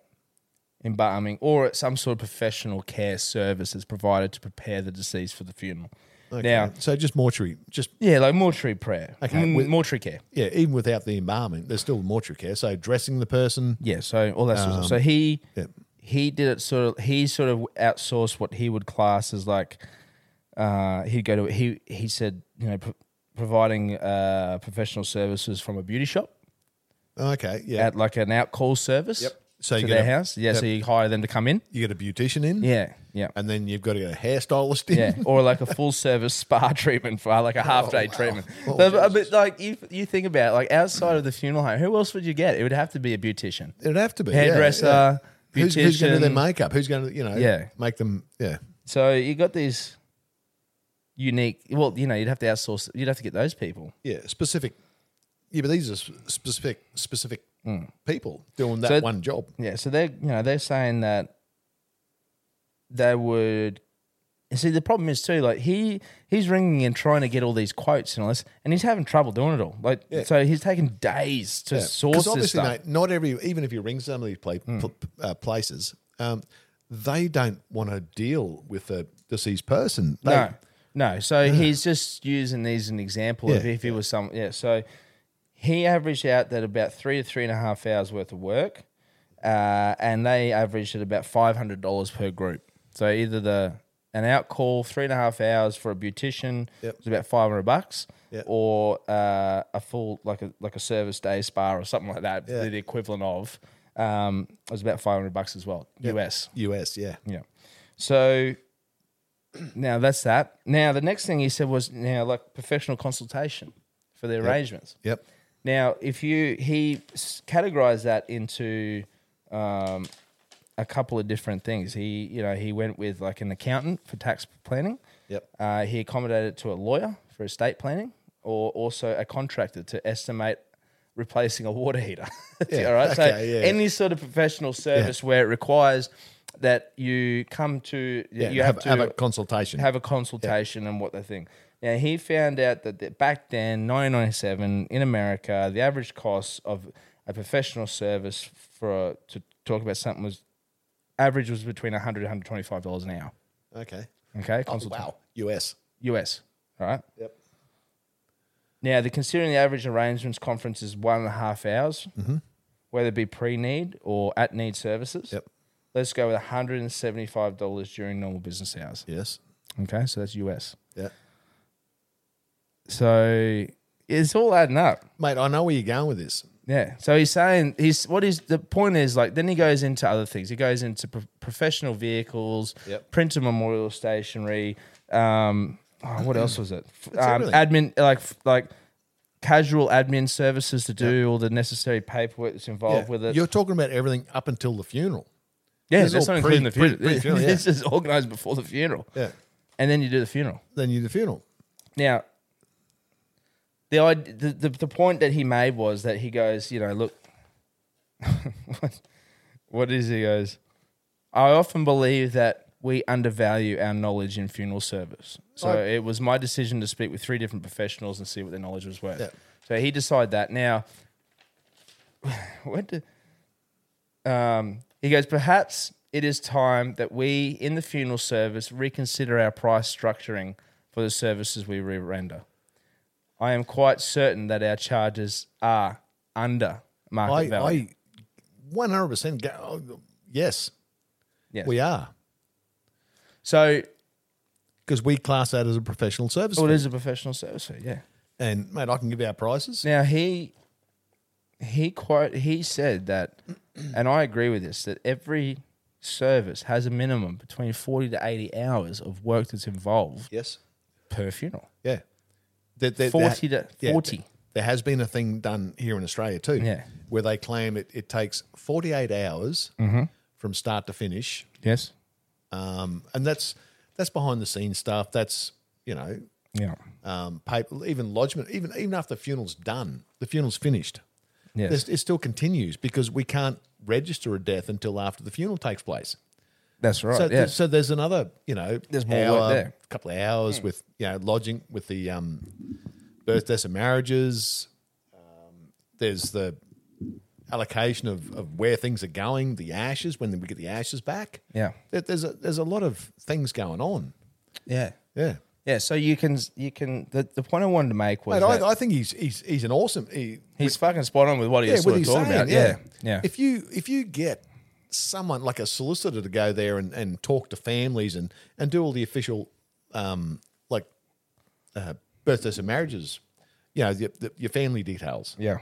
Speaker 1: embalming or some sort of professional care service that's provided to prepare the deceased for the funeral.
Speaker 2: Okay.
Speaker 1: Now,
Speaker 2: so just mortuary, just
Speaker 1: yeah, like mortuary prayer,
Speaker 2: Okay,
Speaker 1: Mm,
Speaker 2: with-
Speaker 1: mortuary care.
Speaker 2: yeah, even without the embalming, there's still mortuary care. So dressing the person,
Speaker 1: Yeah, so all that sort of stuff. So he
Speaker 2: Um, yeah.
Speaker 1: he did it sort of. He sort of outsourced what he would class as like. Uh, he'd go to he he said you know pro- providing uh, professional services from a beauty shop.
Speaker 2: okay, yeah,
Speaker 1: at like an outcall service.
Speaker 2: Yep. So
Speaker 1: to
Speaker 2: you
Speaker 1: their
Speaker 2: get a-
Speaker 1: house. Yeah. So you hire them to come in.
Speaker 2: you get a beautician in,
Speaker 1: Yeah. Yeah.
Speaker 2: and then you've got to get a hairstylist in.
Speaker 1: Yeah. or like a full service spa treatment for like a half day treatment.
Speaker 2: Oh,
Speaker 1: but, but- but like you, you think about it, like outside of the funeral home, who else would you get? It would have to be a beautician,
Speaker 2: It'd have to be yeah,
Speaker 1: hairdresser,
Speaker 2: yeah.
Speaker 1: beautician.
Speaker 2: Who's, who's going to do their makeup? Who's going to you know?
Speaker 1: Yeah.
Speaker 2: make them. Yeah,
Speaker 1: so you got these unique. Well, you know, you'd have to outsource. You'd have to get those people.
Speaker 2: yeah, specific. Yeah, but these are s- specific specific people doing that
Speaker 1: Hmm. So-
Speaker 2: one job.
Speaker 1: Yeah, so they're you know they're saying that they would. and See, the problem is too like he he's ringing and trying to get all these quotes and all this, and he's having trouble doing it all. Like, so he's taking days to
Speaker 2: Yeah.
Speaker 1: source this
Speaker 2: obviously,
Speaker 1: stuff. Hmm.
Speaker 2: mate, not every even if you ring some of these pla- pl- uh, places, um, they don't want to deal with a deceased person. They,
Speaker 1: no, no. So he's just using these as an example of
Speaker 2: Yeah.
Speaker 1: if he was some yeah. So he averaged out that about three to three and a half hours worth of work, uh, and they averaged at about five hundred dollars per group. So either the an out call, three and a half hours for a beautician
Speaker 2: Yep.
Speaker 1: was about five hundred bucks,
Speaker 2: Yep.
Speaker 1: or uh, a full like a like a service day spa or something like that,
Speaker 2: Yeah.
Speaker 1: the equivalent of, um, it was about five hundred bucks as well, US.
Speaker 2: US, yeah.
Speaker 1: Yeah. So now that's that. Now the next thing he said was now like professional consultation for the arrangements.
Speaker 2: Yep.
Speaker 1: Now, if you he s- categorized that into um, a couple of different things. He, you know, he went with like an accountant for tax planning.
Speaker 2: Yep.
Speaker 1: Uh, he accommodated to a lawyer for estate planning, or also a contractor to estimate replacing a water heater.
Speaker 2: Yeah,
Speaker 1: All right. so
Speaker 2: okay, yeah, yeah.
Speaker 1: any sort of professional service where it requires that you come to,
Speaker 2: Yeah,
Speaker 1: you have,
Speaker 2: have,
Speaker 1: to
Speaker 2: have a consultation.
Speaker 1: have a consultation and what they think. Now he found out that the, back then, 1997 in America, the average cost of a professional service for to talk about something was average was between 100 and 125 dollars an hour.
Speaker 2: okay.
Speaker 1: Okay,
Speaker 2: Oh,
Speaker 1: consultation
Speaker 2: wow. US.
Speaker 1: US. All right.
Speaker 2: Yep.
Speaker 1: Now the considering the average arrangements conference is one and a half hours,
Speaker 2: Mm-hmm.
Speaker 1: whether it be pre-need or at-need services.
Speaker 2: Yep.
Speaker 1: Let's go with 175 dollars during normal business hours.
Speaker 2: Yes.
Speaker 1: Okay, so that's US.
Speaker 2: Yeah.
Speaker 1: So it's all adding up.
Speaker 2: Mate, I know where you're going with this.
Speaker 1: Yeah. So he's saying he's what is the point is like then he goes into other things. He goes into pro- professional vehicles,
Speaker 2: Yep.
Speaker 1: printer memorial stationery. Um, oh, what else was it? F-
Speaker 2: That's
Speaker 1: um,
Speaker 2: everything.
Speaker 1: admin like f- like casual admin services to do all the necessary paperwork that's involved
Speaker 2: Yeah.
Speaker 1: with it.
Speaker 2: You're talking about everything up until the funeral.
Speaker 1: yeah,
Speaker 2: this is
Speaker 1: that's
Speaker 2: all
Speaker 1: not including the
Speaker 2: pre-
Speaker 1: funeral.
Speaker 2: pre- pre-funeral, yeah.
Speaker 1: this is organized before the funeral,
Speaker 2: Yeah.
Speaker 1: and then you do the funeral.
Speaker 2: Then you do the funeral.
Speaker 1: Now, the, id- the the the point that he made was that he goes, you know, look, what, what is he goes? I often believe that we undervalue our knowledge in funeral service. So
Speaker 2: I-
Speaker 1: it was my decision to speak with three different professionals and see what their knowledge was worth.
Speaker 2: Yeah.
Speaker 1: So he decided that. Now, what? Did, um, he goes, perhaps it is time that we in the funeral service reconsider our price structuring for the services we re- render. I am quite certain that our charges are under market
Speaker 2: I,
Speaker 1: value.
Speaker 2: I 100% go, oh, yes,
Speaker 1: Yes.
Speaker 2: we are.
Speaker 1: so,
Speaker 2: Because we class that as a professional service.
Speaker 1: oh, it
Speaker 2: fee.
Speaker 1: is a professional service fee, yeah.
Speaker 2: and, mate, I can give our prices.
Speaker 1: Now he he quote he said that, and I agree with this that every service has a minimum between forty to eighty hours of work that's involved
Speaker 2: Yes.
Speaker 1: per funeral.
Speaker 2: Yeah. That, that- that-
Speaker 1: 40 to- 40.
Speaker 2: There, there has been a thing done here in Australia too,
Speaker 1: Yeah.
Speaker 2: where they claim it, it takes 48 hours
Speaker 1: Mm-hmm.
Speaker 2: from start to finish.
Speaker 1: Yes.
Speaker 2: Um, and that's that's behind the scenes stuff. That's, you know,
Speaker 1: Yeah.
Speaker 2: um, paper, even lodgement, even even after the funeral's done, the funeral's finished.
Speaker 1: Yes.
Speaker 2: There's- It still continues because we can't register a death until after the funeral takes place.
Speaker 1: That's right.
Speaker 2: So,
Speaker 1: yes.
Speaker 2: there's, so there's another, you know,
Speaker 1: There's more work there.
Speaker 2: a couple of hours with you know lodging with the um, birth, deaths, and marriages. Um, there's the allocation of, of where things are going, the ashes when we get the ashes back.
Speaker 1: Yeah.
Speaker 2: There- there's a, there's a lot of things going on.
Speaker 1: yeah.
Speaker 2: Yeah,
Speaker 1: Yeah. So you can you can the, the point I wanted to make was
Speaker 2: and I,
Speaker 1: that
Speaker 2: I think he's he's he's an awesome. He,
Speaker 1: he's fucking spot on with what he was
Speaker 2: what
Speaker 1: sort of
Speaker 2: he's
Speaker 1: talking about. Yeah. Yeah.
Speaker 2: If you if you get someone like a solicitor to go there and, and talk to families and and do all the official um like uh, birth deaths and marriages, you know, your, the, your family details,
Speaker 1: yeah.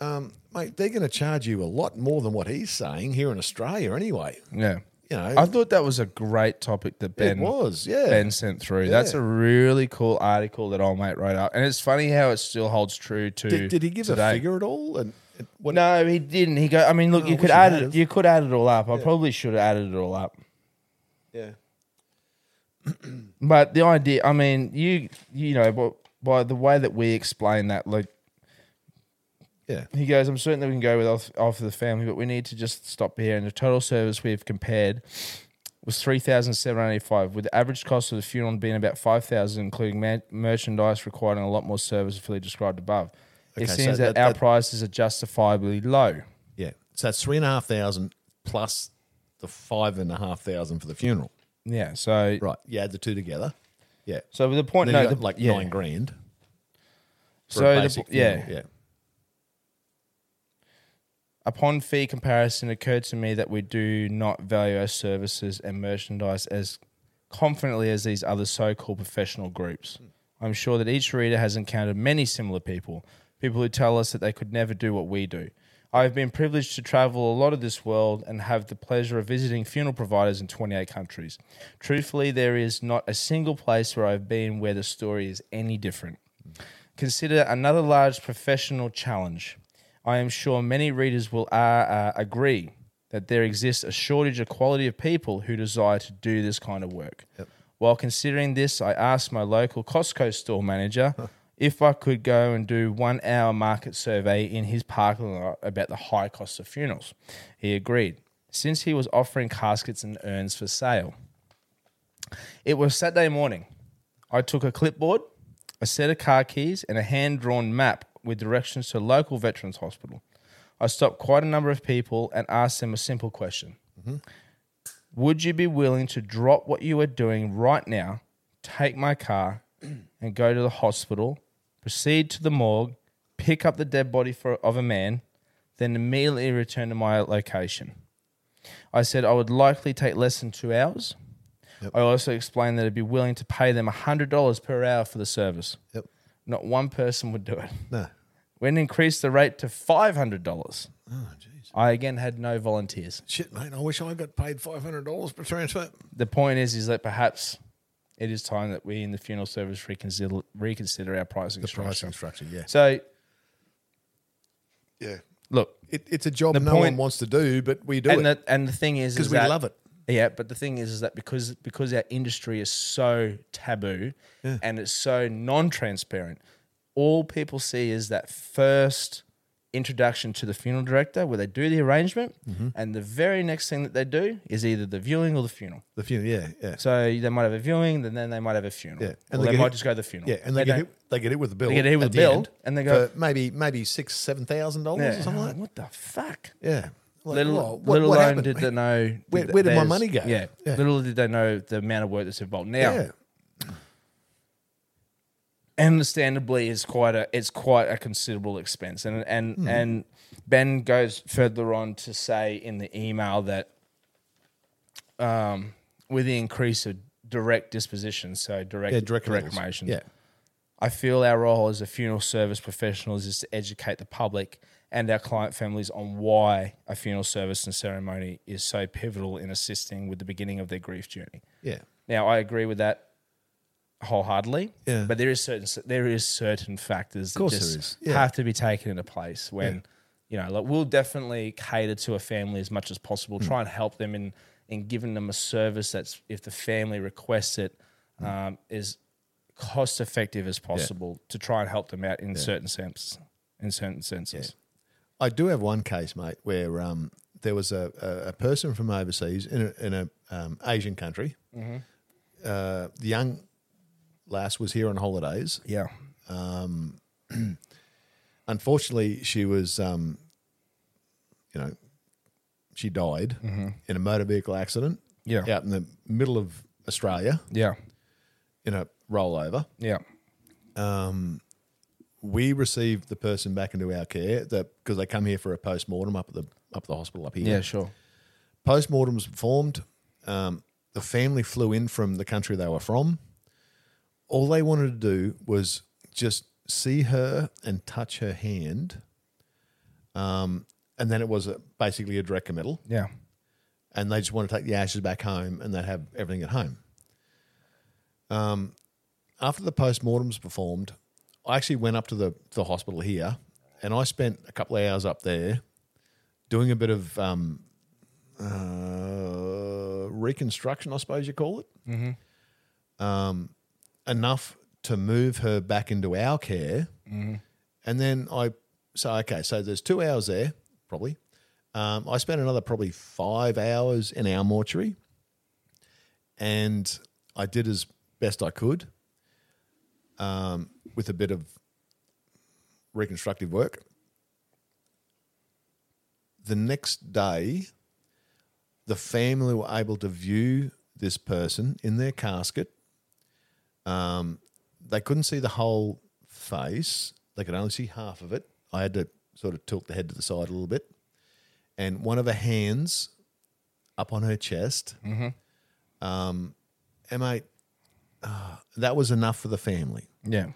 Speaker 2: mate, they're going to charge you a lot more than what he's saying here in Australia, anyway.
Speaker 1: Yeah.
Speaker 2: You know,
Speaker 1: I thought that was a great topic that
Speaker 2: it
Speaker 1: Ben
Speaker 2: was yeah.
Speaker 1: Ben sent through. That's a really cool article that old mate wrote up, and it's funny how it still holds true to.
Speaker 2: did, did he give
Speaker 1: today.
Speaker 2: a figure at all? And and what?
Speaker 1: No, he didn't. He go. I mean, look,
Speaker 2: No, I
Speaker 1: you could
Speaker 2: wish he
Speaker 1: add
Speaker 2: had
Speaker 1: it.
Speaker 2: have.
Speaker 1: You could add it all up. I probably should have added it all up.
Speaker 2: Yeah.
Speaker 1: But the idea, I mean, you you know, by, by the way that we explain that, like
Speaker 2: Yeah.
Speaker 1: he goes, I'm certain that we can go with off, off of the family, but we need to just stop here. And the total service we have compared was three thousand seven hundred eighty-five, with the average cost of the funeral being about five thousand, including man- merchandise requiring a lot more service, fully described above. it
Speaker 2: Okay, so
Speaker 1: seems that,
Speaker 2: that-
Speaker 1: our
Speaker 2: that-
Speaker 1: prices are justifiably low.
Speaker 2: Yeah. So that's three and a half thousand plus the five and a half thousand for the funeral.
Speaker 1: Yeah, so
Speaker 2: Right. You add the two together. Yeah.
Speaker 1: so the point,
Speaker 2: Then
Speaker 1: no,
Speaker 2: you got
Speaker 1: the-
Speaker 2: like
Speaker 1: yeah.
Speaker 2: nine grand. for
Speaker 1: So
Speaker 2: a
Speaker 1: the-
Speaker 2: basic
Speaker 1: yeah.
Speaker 2: funeral.
Speaker 1: Upon fee comparison, it occurred to me that we do not value our services and merchandise as confidently as these other so called professional groups. I'm sure that each reader has encountered many similar people, people who tell us that they could never do what we do. I've been privileged to travel a lot of this world and have the pleasure of visiting funeral providers in 28 countries. Truthfully, there is not a single place where I've been where the story is any different. Consider another large professional challenge. I am sure many readers will uh, uh, agree that there exists a shortage of quality of people who desire to do this kind of work. While considering this, I asked my local Costco store manager if I could go and do one hour market survey in his parking lot about the high cost of funerals. He agreed, since he was offering caskets and urns for sale. It was Saturday morning. I took a clipboard, a set of car keys, and a hand drawn map with directions to a local veterans hospital. I stopped quite a number of people and asked them a simple question Would you be willing to drop what you are doing right now, take my car, and go to the hospital, proceed to the morgue, pick up the dead body for, of a man, then immediately return to my location? I said I would likely take less than two hours. I also explained that I'd be willing to pay them $100 per hour for the service.
Speaker 2: Yep.
Speaker 1: Not one person would do it.
Speaker 2: No.
Speaker 1: When increased the rate to $500,
Speaker 2: Oh, jeez.
Speaker 1: I again had no volunteers.
Speaker 2: Shit, mate. I wish I got paid five hundred dollars per transfer.
Speaker 1: The point is, is that perhaps it is time that we in the funeral service reconsider, reconsider our pricing structure.
Speaker 2: Pricing structure. Yeah.
Speaker 1: So,
Speaker 2: Yeah.
Speaker 1: look,
Speaker 2: It, it's a job
Speaker 1: The
Speaker 2: no
Speaker 1: point-
Speaker 2: one wants to do, but we do
Speaker 1: and
Speaker 2: it
Speaker 1: the, and the thing is,
Speaker 2: because
Speaker 1: is
Speaker 2: we
Speaker 1: that-
Speaker 2: love it.
Speaker 1: Yeah, but the thing is, is that because because our industry is so taboo and it's so non-transparent, all people see is that first introduction to the funeral director, where they do the arrangement,
Speaker 2: Mm-hmm.
Speaker 1: and the very next thing that they do is either the viewing or the funeral.
Speaker 2: The funeral. Yeah. Yeah.
Speaker 1: So they might have a viewing, then then they might have a funeral,
Speaker 2: Yeah,
Speaker 1: and
Speaker 2: and
Speaker 1: or
Speaker 2: they
Speaker 1: they,
Speaker 2: get
Speaker 1: might
Speaker 2: hit-
Speaker 1: just go to the funeral.
Speaker 2: Yeah, and they, get
Speaker 1: don't-
Speaker 2: hit, they get hit with the bill.
Speaker 1: They get hit with
Speaker 2: at
Speaker 1: a bill,
Speaker 2: end
Speaker 1: and they go-
Speaker 2: for maybe maybe six seven thousand dollars
Speaker 1: yeah,
Speaker 2: or something like that.
Speaker 1: what the fuck?
Speaker 2: Yeah, like,
Speaker 1: little
Speaker 2: well, what-
Speaker 1: little
Speaker 2: what
Speaker 1: alone
Speaker 2: happened,
Speaker 1: did they
Speaker 2: mate?
Speaker 1: know did
Speaker 2: Where-
Speaker 1: th-
Speaker 2: where did my
Speaker 1: there's-
Speaker 2: money go?
Speaker 1: Yeah,
Speaker 2: Yeah.
Speaker 1: little did they know the amount of work that's involved. Now,
Speaker 2: Yeah,
Speaker 1: understandably is quite a it's quite a considerable expense and and
Speaker 2: Hmm.
Speaker 1: and Ben goes further on to say in the email that um with the increase of direct disposition so direct
Speaker 2: yeah, direct rentals.
Speaker 1: reclamation
Speaker 2: Yeah,
Speaker 1: I feel our role as a funeral service professionals is to educate the public and our client families on why a funeral service and ceremony is so pivotal in assisting with the beginning of their grief journey
Speaker 2: yeah,
Speaker 1: now, I agree with that wholeheartedly.
Speaker 2: Yeah.
Speaker 1: But there is certain there is certain factors that
Speaker 2: course
Speaker 1: just
Speaker 2: there is, yeah.
Speaker 1: have to be taken into place when you know, like we'll definitely cater to a family as much as possible, try and help them in in giving them a service that's if the family requests it, um, is cost effective as possible to try and help them out in certain sense in certain senses.
Speaker 2: I do have one case, mate, where um, there was a, a, a person from overseas in a, in a um, Asian country. Uh, the young lass was here on holidays.
Speaker 1: Yeah.
Speaker 2: Unfortunately, she was, um, you know, she died in a motor vehicle accident
Speaker 1: Yeah.
Speaker 2: out in the middle of Australia
Speaker 1: Yeah.
Speaker 2: in a rollover.
Speaker 1: Yeah.
Speaker 2: we received the person back into our care because they come here for a post mortem up at the up the hospital up here.
Speaker 1: Yeah, sure.
Speaker 2: Post mortem was performed. Um, the family flew in from the country they were from. All they wanted to do was just see her and touch her hand. Um, and then it was a, basically a direct committal
Speaker 1: Yeah.
Speaker 2: and they just want to take the ashes back home and they'd have everything at home. Um, after the post-mortem's performed, I actually went up to the, to the hospital here and I spent a couple of hours up there doing a bit of um, uh, reconstruction, I suppose you call it. Mm-hmm. Um, enough to move her back into our care. And then I so okay, so there's two hours there, probably. Um, I spent another probably five hours in our mortuary, and I did as best I could um, with a bit of reconstructive work. The next day, the family were able to view this person in their casket. Um, they couldn't see the whole face; they could only see half of it. I had to sort of tilt the head to the side a little bit and one of her hands up on her chest.
Speaker 1: Mm-hmm.
Speaker 2: Um, and mate, ah, that was enough for the family.
Speaker 1: Yeah.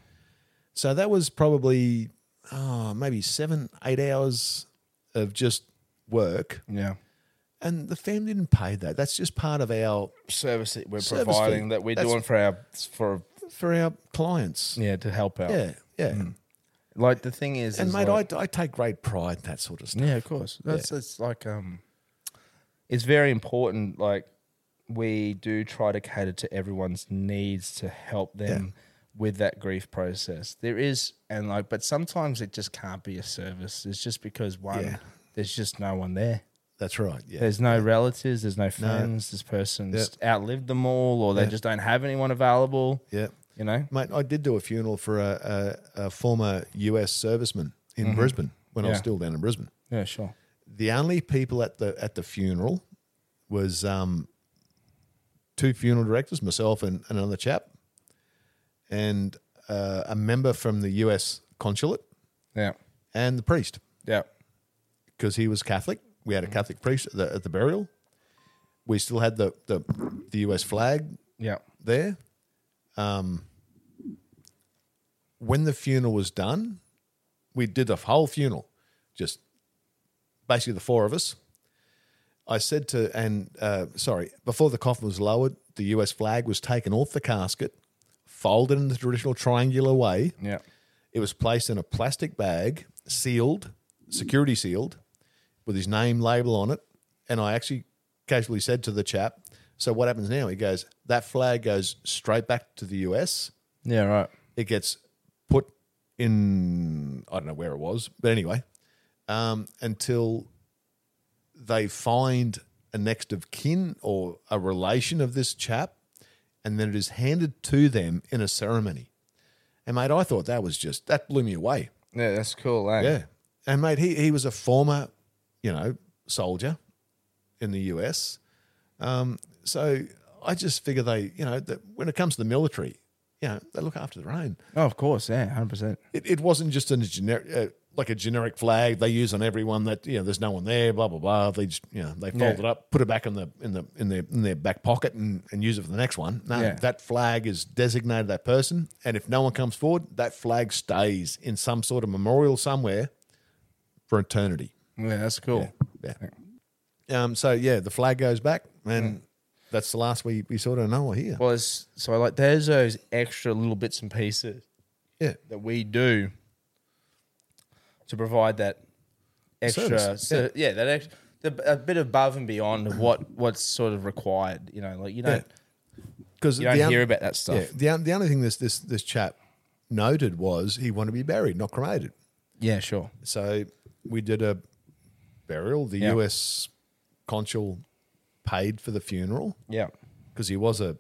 Speaker 2: So that was probably oh, maybe seven, eight hours of just work.
Speaker 1: Yeah.
Speaker 2: And the family didn't pay that. That's just part of our
Speaker 1: Service that we're
Speaker 2: Service
Speaker 1: providing
Speaker 2: fee.
Speaker 1: that we're
Speaker 2: That's-
Speaker 1: doing for our for
Speaker 2: for our clients.
Speaker 1: yeah to help out.
Speaker 2: Yeah, yeah.
Speaker 1: Like the thing is,
Speaker 2: And
Speaker 1: is
Speaker 2: mate,
Speaker 1: like-
Speaker 2: I, I take great pride in that sort of stuff.
Speaker 1: Yeah, of course. That's it's like um, it's very important. Like we do try to cater to everyone's needs to help them with that grief process. There is and like, but sometimes it just can't be a service. It's just because one,
Speaker 2: Yeah.
Speaker 1: there's just no one there.
Speaker 2: That's right. Yeah.
Speaker 1: There's no relatives. There's no friends. This person's outlived them all, or they just don't have anyone available.
Speaker 2: yeah.
Speaker 1: You know.
Speaker 2: Mate, I did do a funeral for a, a, a former US serviceman in Brisbane when I was
Speaker 1: Yeah.
Speaker 2: still down in Brisbane.
Speaker 1: Yeah, sure.
Speaker 2: The only people at the at the funeral was um, two funeral directors, myself and, and another chap, and uh, a member from the US consulate
Speaker 1: Yeah,
Speaker 2: and the priest.
Speaker 1: yeah,
Speaker 2: because he was Catholic. We had a Catholic priest at the, at the burial. We still had the, the the U.S. flag
Speaker 1: yeah,
Speaker 2: there. Um, when the funeral was done, we did the whole funeral, just basically the four of us. I said to and uh, sorry, before the coffin was lowered, the U.S. flag was taken off the casket, folded in the traditional triangular way.
Speaker 1: yeah,
Speaker 2: It was placed in a plastic bag, sealed, security sealed, with his name label on it. And I actually casually said to the chap, So what happens now? He goes, That flag goes straight back to the US.
Speaker 1: yeah. Right.
Speaker 2: It gets put in, I don't know where it was, but anyway, um, until they find a next of kin or a relation of this chap. And then it is handed to them in a ceremony. And mate, I thought that was just, that blew me away.
Speaker 1: Yeah, that's cool. Eh?
Speaker 2: Yeah. And mate, he, he was a former, you know, soldier in the US. Um, so I just figure they, you know, that when it comes to the military, you know, they look after their own.
Speaker 1: Oh, of course. Yeah, hundred percent.
Speaker 2: It, it wasn't just in a generic, uh, like a generic flag they use on everyone that, you know, there's no one there, blah, blah, blah. They just, you know, they fold
Speaker 1: Yeah.
Speaker 2: it up, put it back in the, in the, in their, in their back pocket and, and use it for the next one. No,
Speaker 1: Yeah.
Speaker 2: that flag is designated that person. And if no one comes forward, that flag stays in some sort of memorial somewhere for eternity.
Speaker 1: Yeah, that's cool.
Speaker 2: Yeah. Um, so yeah, the flag goes back, and that's the last we, we sort of know are here.
Speaker 1: Hmm. Well, it's, so like there's those extra little bits and pieces
Speaker 2: yeah,
Speaker 1: that we do to provide that extra,
Speaker 2: Service,
Speaker 1: ser- yeah. that extra, the, a bit above and beyond of what what's sort of required. You know, like you don't
Speaker 2: because
Speaker 1: you don't hear about that stuff.
Speaker 2: yeah, the on- the only thing this this this chap noted was he wanted to be buried, not cremated.
Speaker 1: Yeah, sure.
Speaker 2: So we did a burial. The
Speaker 1: Yeah.
Speaker 2: U.S. consul paid for the funeral
Speaker 1: Yeah,
Speaker 2: because he was a,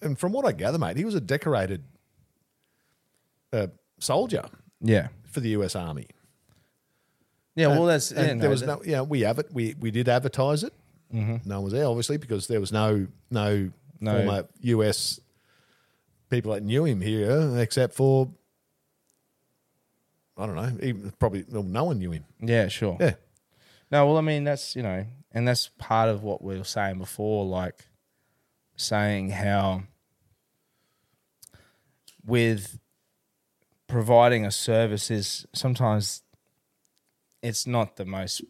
Speaker 2: and from what I gather, mate, he was a decorated uh, soldier
Speaker 1: yeah,
Speaker 2: for the U.S. Army.
Speaker 1: yeah. Well, that's
Speaker 2: and
Speaker 1: yeah,
Speaker 2: there was
Speaker 1: that- Mm-hmm.
Speaker 2: no yeah we have it we we did advertise it no one was there obviously because there was no no,
Speaker 1: No.
Speaker 2: former US people that knew him here except for I don't know even probably well, no one knew him
Speaker 1: yeah, sure.
Speaker 2: yeah
Speaker 1: No, well, I mean, that's, you know, and that's part of what we were saying before, like saying how with providing a service is sometimes it's not the most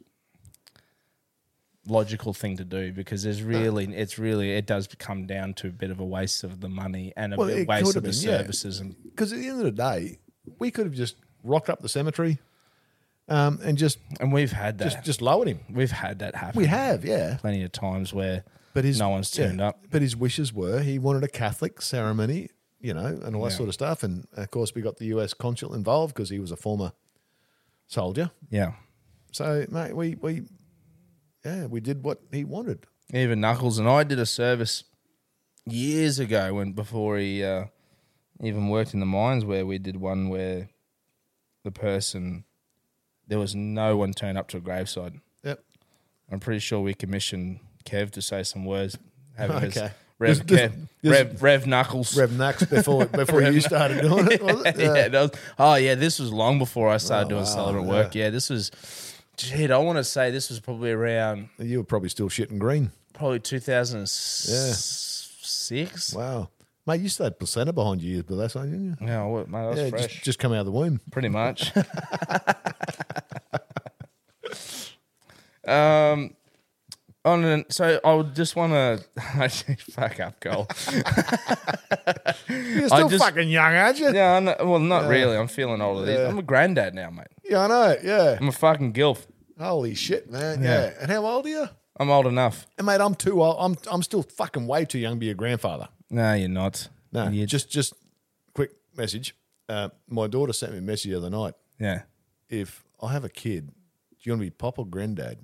Speaker 1: logical thing to do because there's really it's really it does come down to a bit of a waste of the money and a
Speaker 2: Well,
Speaker 1: bit
Speaker 2: it
Speaker 1: waste
Speaker 2: could
Speaker 1: of
Speaker 2: have
Speaker 1: the
Speaker 2: been, yeah.
Speaker 1: services and
Speaker 2: because at the end of the day we could have just rocked up the cemetery um, and just
Speaker 1: and we've had that
Speaker 2: just just lowered him
Speaker 1: we've had that happen
Speaker 2: we have yeah
Speaker 1: plenty of times where
Speaker 2: but his
Speaker 1: no one's
Speaker 2: yeah,
Speaker 1: turned up
Speaker 2: But his wishes were he wanted a Catholic ceremony, you know, and all that
Speaker 1: Yeah.
Speaker 2: sort of stuff. And of course, we got the U.S. consul involved because he was a former soldier.
Speaker 1: yeah
Speaker 2: So, mate, we we yeah, we did what he wanted.
Speaker 1: even Knuckles and I did a service years ago when before he uh, even worked in the mines where we did one where the person there was no one turned up to a graveside.
Speaker 2: Yep.
Speaker 1: I'm pretty sure we commissioned Kev to say some words. Have it as
Speaker 2: Okay.
Speaker 1: Rev,
Speaker 2: Just- just-
Speaker 1: Kev,
Speaker 2: just-
Speaker 1: Rev, Rev Knuckles.
Speaker 2: Rev Nax before before you started doing it. Was it?
Speaker 1: yeah, that was, oh yeah, this was long before I started
Speaker 2: Oh,
Speaker 1: doing
Speaker 2: wow,
Speaker 1: celebrant
Speaker 2: yeah.
Speaker 1: work. Yeah, this was Dude, I want to say this was probably around
Speaker 2: You were probably still shitting green.
Speaker 1: probably 2006.
Speaker 2: Wow. Mate, you still had placenta behind you years, but that's not, didn't you?
Speaker 1: Yeah, what, mate, that was
Speaker 2: Yeah,
Speaker 1: fresh.
Speaker 2: just, just come out of the womb.
Speaker 1: pretty much. um, on an, so I would just want to fuck up goal.
Speaker 2: You're still
Speaker 1: just-
Speaker 2: fucking young, aren't you? Yeah.
Speaker 1: yeah, i know- well, not really. I'm feeling older. these. I'm a granddad now, mate.
Speaker 2: I know. Yeah.
Speaker 1: I'm a fucking gilf.
Speaker 2: Holy shit, man. Yeah. And how old are you?
Speaker 1: I'm old enough.
Speaker 2: And mate, I'm too old. I'm I'm still fucking way too young to be a grandfather.
Speaker 1: No, you're not.
Speaker 2: No,
Speaker 1: You-
Speaker 2: just just quick message. Uh, my daughter sent me a message the other night.
Speaker 1: yeah.
Speaker 2: If I have a kid, do you want to be pop or granddad?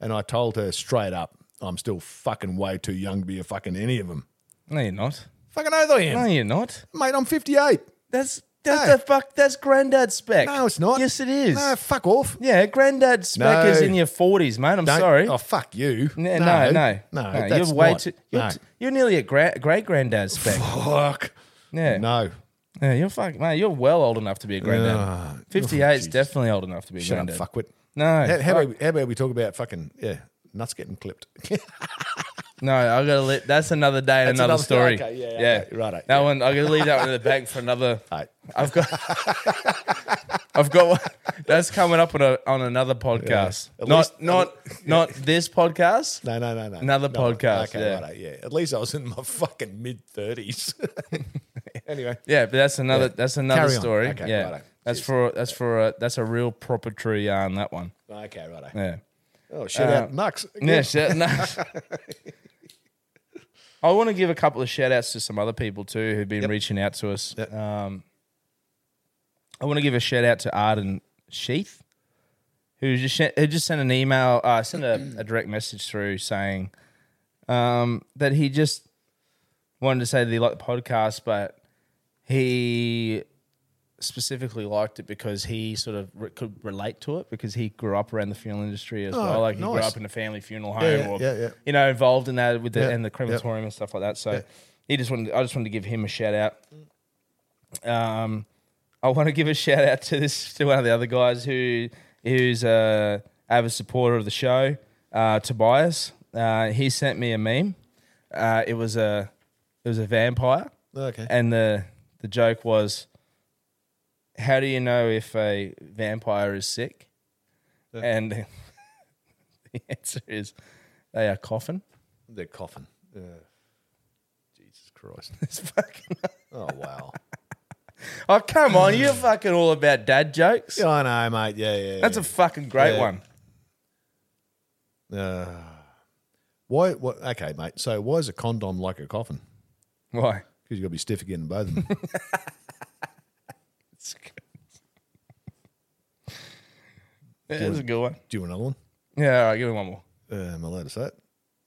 Speaker 2: And I told her straight up, I'm still fucking way too young to be a fucking any of them.
Speaker 1: No, you're not.
Speaker 2: Fucking oath I
Speaker 1: No,
Speaker 2: am,
Speaker 1: you're not.
Speaker 2: mate. I'm 58.
Speaker 1: That's that's
Speaker 2: No.
Speaker 1: the fuck. That's granddad spec.
Speaker 2: No, it's not.
Speaker 1: Yes, it is.
Speaker 2: No, fuck off.
Speaker 1: Yeah, granddad spec
Speaker 2: No.
Speaker 1: is in your 40s, mate. I'm
Speaker 2: Don't-
Speaker 1: sorry.
Speaker 2: Oh fuck you.
Speaker 1: No, no, no,
Speaker 2: no.
Speaker 1: no,
Speaker 2: that's
Speaker 1: you're way
Speaker 2: not-
Speaker 1: too. You're,
Speaker 2: no.
Speaker 1: t- you're nearly at gra- great granddad's spec.
Speaker 2: fuck.
Speaker 1: Yeah.
Speaker 2: No.
Speaker 1: yeah, you're fucking man. You're well old enough to be a granddad.
Speaker 2: Ah.
Speaker 1: Fifty eight is definitely old enough to be a
Speaker 2: Shut up,
Speaker 1: granddad.
Speaker 2: fuckwit.
Speaker 1: No,
Speaker 2: How, how,
Speaker 1: fuck.
Speaker 2: about we, how about we talk about fucking yeah nuts getting clipped?
Speaker 1: no. I gotta let. That's another day and
Speaker 2: That's
Speaker 1: another,
Speaker 2: another-
Speaker 1: story.
Speaker 2: okay, yeah, okay, righto,
Speaker 1: That
Speaker 2: yeah.
Speaker 1: one. I gotta leave that one in the bag for another.
Speaker 2: Mate,
Speaker 1: I've got. I've got one. That's coming up on a, on another podcast.
Speaker 2: At
Speaker 1: Not
Speaker 2: least-
Speaker 1: not not this podcast.
Speaker 2: No, no, no, no.
Speaker 1: Another podcast,
Speaker 2: Okay,
Speaker 1: yeah.
Speaker 2: righto, yeah. At least I was in my fucking mid thirties. anyway,
Speaker 1: Yeah, but that's another. That's another
Speaker 2: Carry on.
Speaker 1: story.
Speaker 2: Okay,
Speaker 1: yeah.
Speaker 2: righto.
Speaker 1: That's for that's for a, that's a real proper true yarn. That one.
Speaker 2: okay, righto.
Speaker 1: Yeah.
Speaker 2: Oh, shout out Nux.
Speaker 1: Uh, Yeah, shout, no. I want to give a couple of shout outs to some other people too who've been reaching out to us.
Speaker 2: Yep.
Speaker 1: Um, I want to give a shout out to Arden Sheath, who just sent- who just sent an email, uh, sent a, a direct message through saying um, that he just wanted to say that he liked the podcast, but he specifically liked it because he sort of re- could relate to it because he grew up around the funeral industry as
Speaker 2: Oh,
Speaker 1: well. Like he grew
Speaker 2: nice.
Speaker 1: up in a family funeral home
Speaker 2: Yeah, yeah,
Speaker 1: or
Speaker 2: yeah, yeah.
Speaker 1: you know involved in that with the
Speaker 2: Yeah,
Speaker 1: and the
Speaker 2: yeah.
Speaker 1: crematorium and stuff like that. So he just wanted I just wanted to give him a shout out. Um, I want to give a shout out to this to one of the other guys who who's a avid supporter of the show, uh, Tobias. Uh, he sent me a meme. Uh, it was a it was a vampire
Speaker 2: Okay.
Speaker 1: and the the joke was, how do you know if a vampire is sick? And the answer is, they are coughing.
Speaker 2: They're coughing. Yeah. Jesus Christ.
Speaker 1: It's fucking.
Speaker 2: Oh wow.
Speaker 1: Oh come on, you're fucking all about dad jokes.
Speaker 2: yeah, I know, mate. Yeah, yeah.
Speaker 1: That's a fucking great
Speaker 2: Yeah.
Speaker 1: one.
Speaker 2: yeah. Uh, why? What? Okay, mate. So why is a condom like a coffin?
Speaker 1: Why?
Speaker 2: Because you got to be stiff again in both of them.
Speaker 1: It's good. Yeah, That's a good one.
Speaker 2: Do you want another one?
Speaker 1: Yeah, all right, give me one more.
Speaker 2: Uh, am I allowed to say it?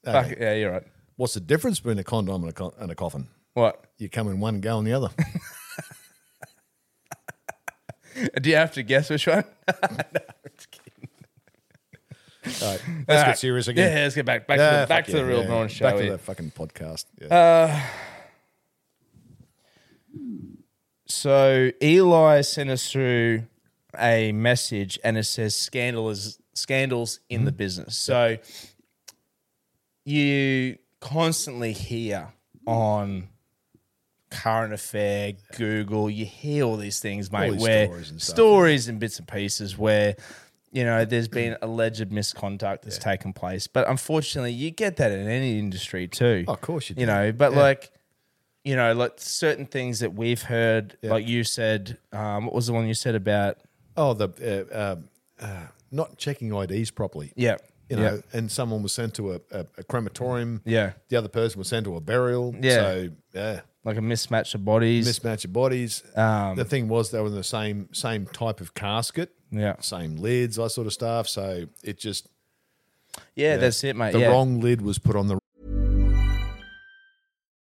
Speaker 1: Fuck
Speaker 2: Okay.
Speaker 1: it, Yeah, you're right.
Speaker 2: What's the difference between a condom and a, co- and a coffin?
Speaker 1: What?
Speaker 2: You come in one, go in the other.
Speaker 1: Do you have to guess which one?
Speaker 2: All right, let's
Speaker 1: All
Speaker 2: get
Speaker 1: right.
Speaker 2: serious
Speaker 1: Yeah,
Speaker 2: again.
Speaker 1: yeah, let's get back back to
Speaker 2: Yeah,
Speaker 1: the, back
Speaker 2: Ah, fuck
Speaker 1: to the
Speaker 2: yeah,
Speaker 1: real
Speaker 2: yeah,
Speaker 1: Braun Uh,
Speaker 2: yeah.
Speaker 1: show.
Speaker 2: Back
Speaker 1: here.
Speaker 2: to the fucking podcast. Yeah.
Speaker 1: So Eli sent us through a message, and it says scandals scandals in
Speaker 2: Mm-hmm.
Speaker 1: the business. So you constantly hear on current affair, Google, you hear all these things, mate.
Speaker 2: these
Speaker 1: where
Speaker 2: stories and stuff,
Speaker 1: stories and bits and pieces where you know there's been alleged misconduct that's taken place, but unfortunately, you get that in any industry too.
Speaker 2: Oh, of course you do.
Speaker 1: You know, but like you know, like certain things that we've heard, like you said, um, what was the one you said about?
Speaker 2: oh, the uh, um uh, not checking IDs properly.
Speaker 1: Yeah,
Speaker 2: You know, and someone was sent to a, a, a crematorium.
Speaker 1: Yeah.
Speaker 2: The other person was sent to a burial.
Speaker 1: Yeah.
Speaker 2: So yeah,
Speaker 1: like a mismatch of bodies.
Speaker 2: mismatch of bodies.
Speaker 1: Um,
Speaker 2: the thing was they were in the same same type of casket.
Speaker 1: Yeah.
Speaker 2: Same lids, that sort of stuff. So it just
Speaker 1: yeah, that's it, mate.
Speaker 2: the
Speaker 1: yeah.
Speaker 2: wrong lid was put on the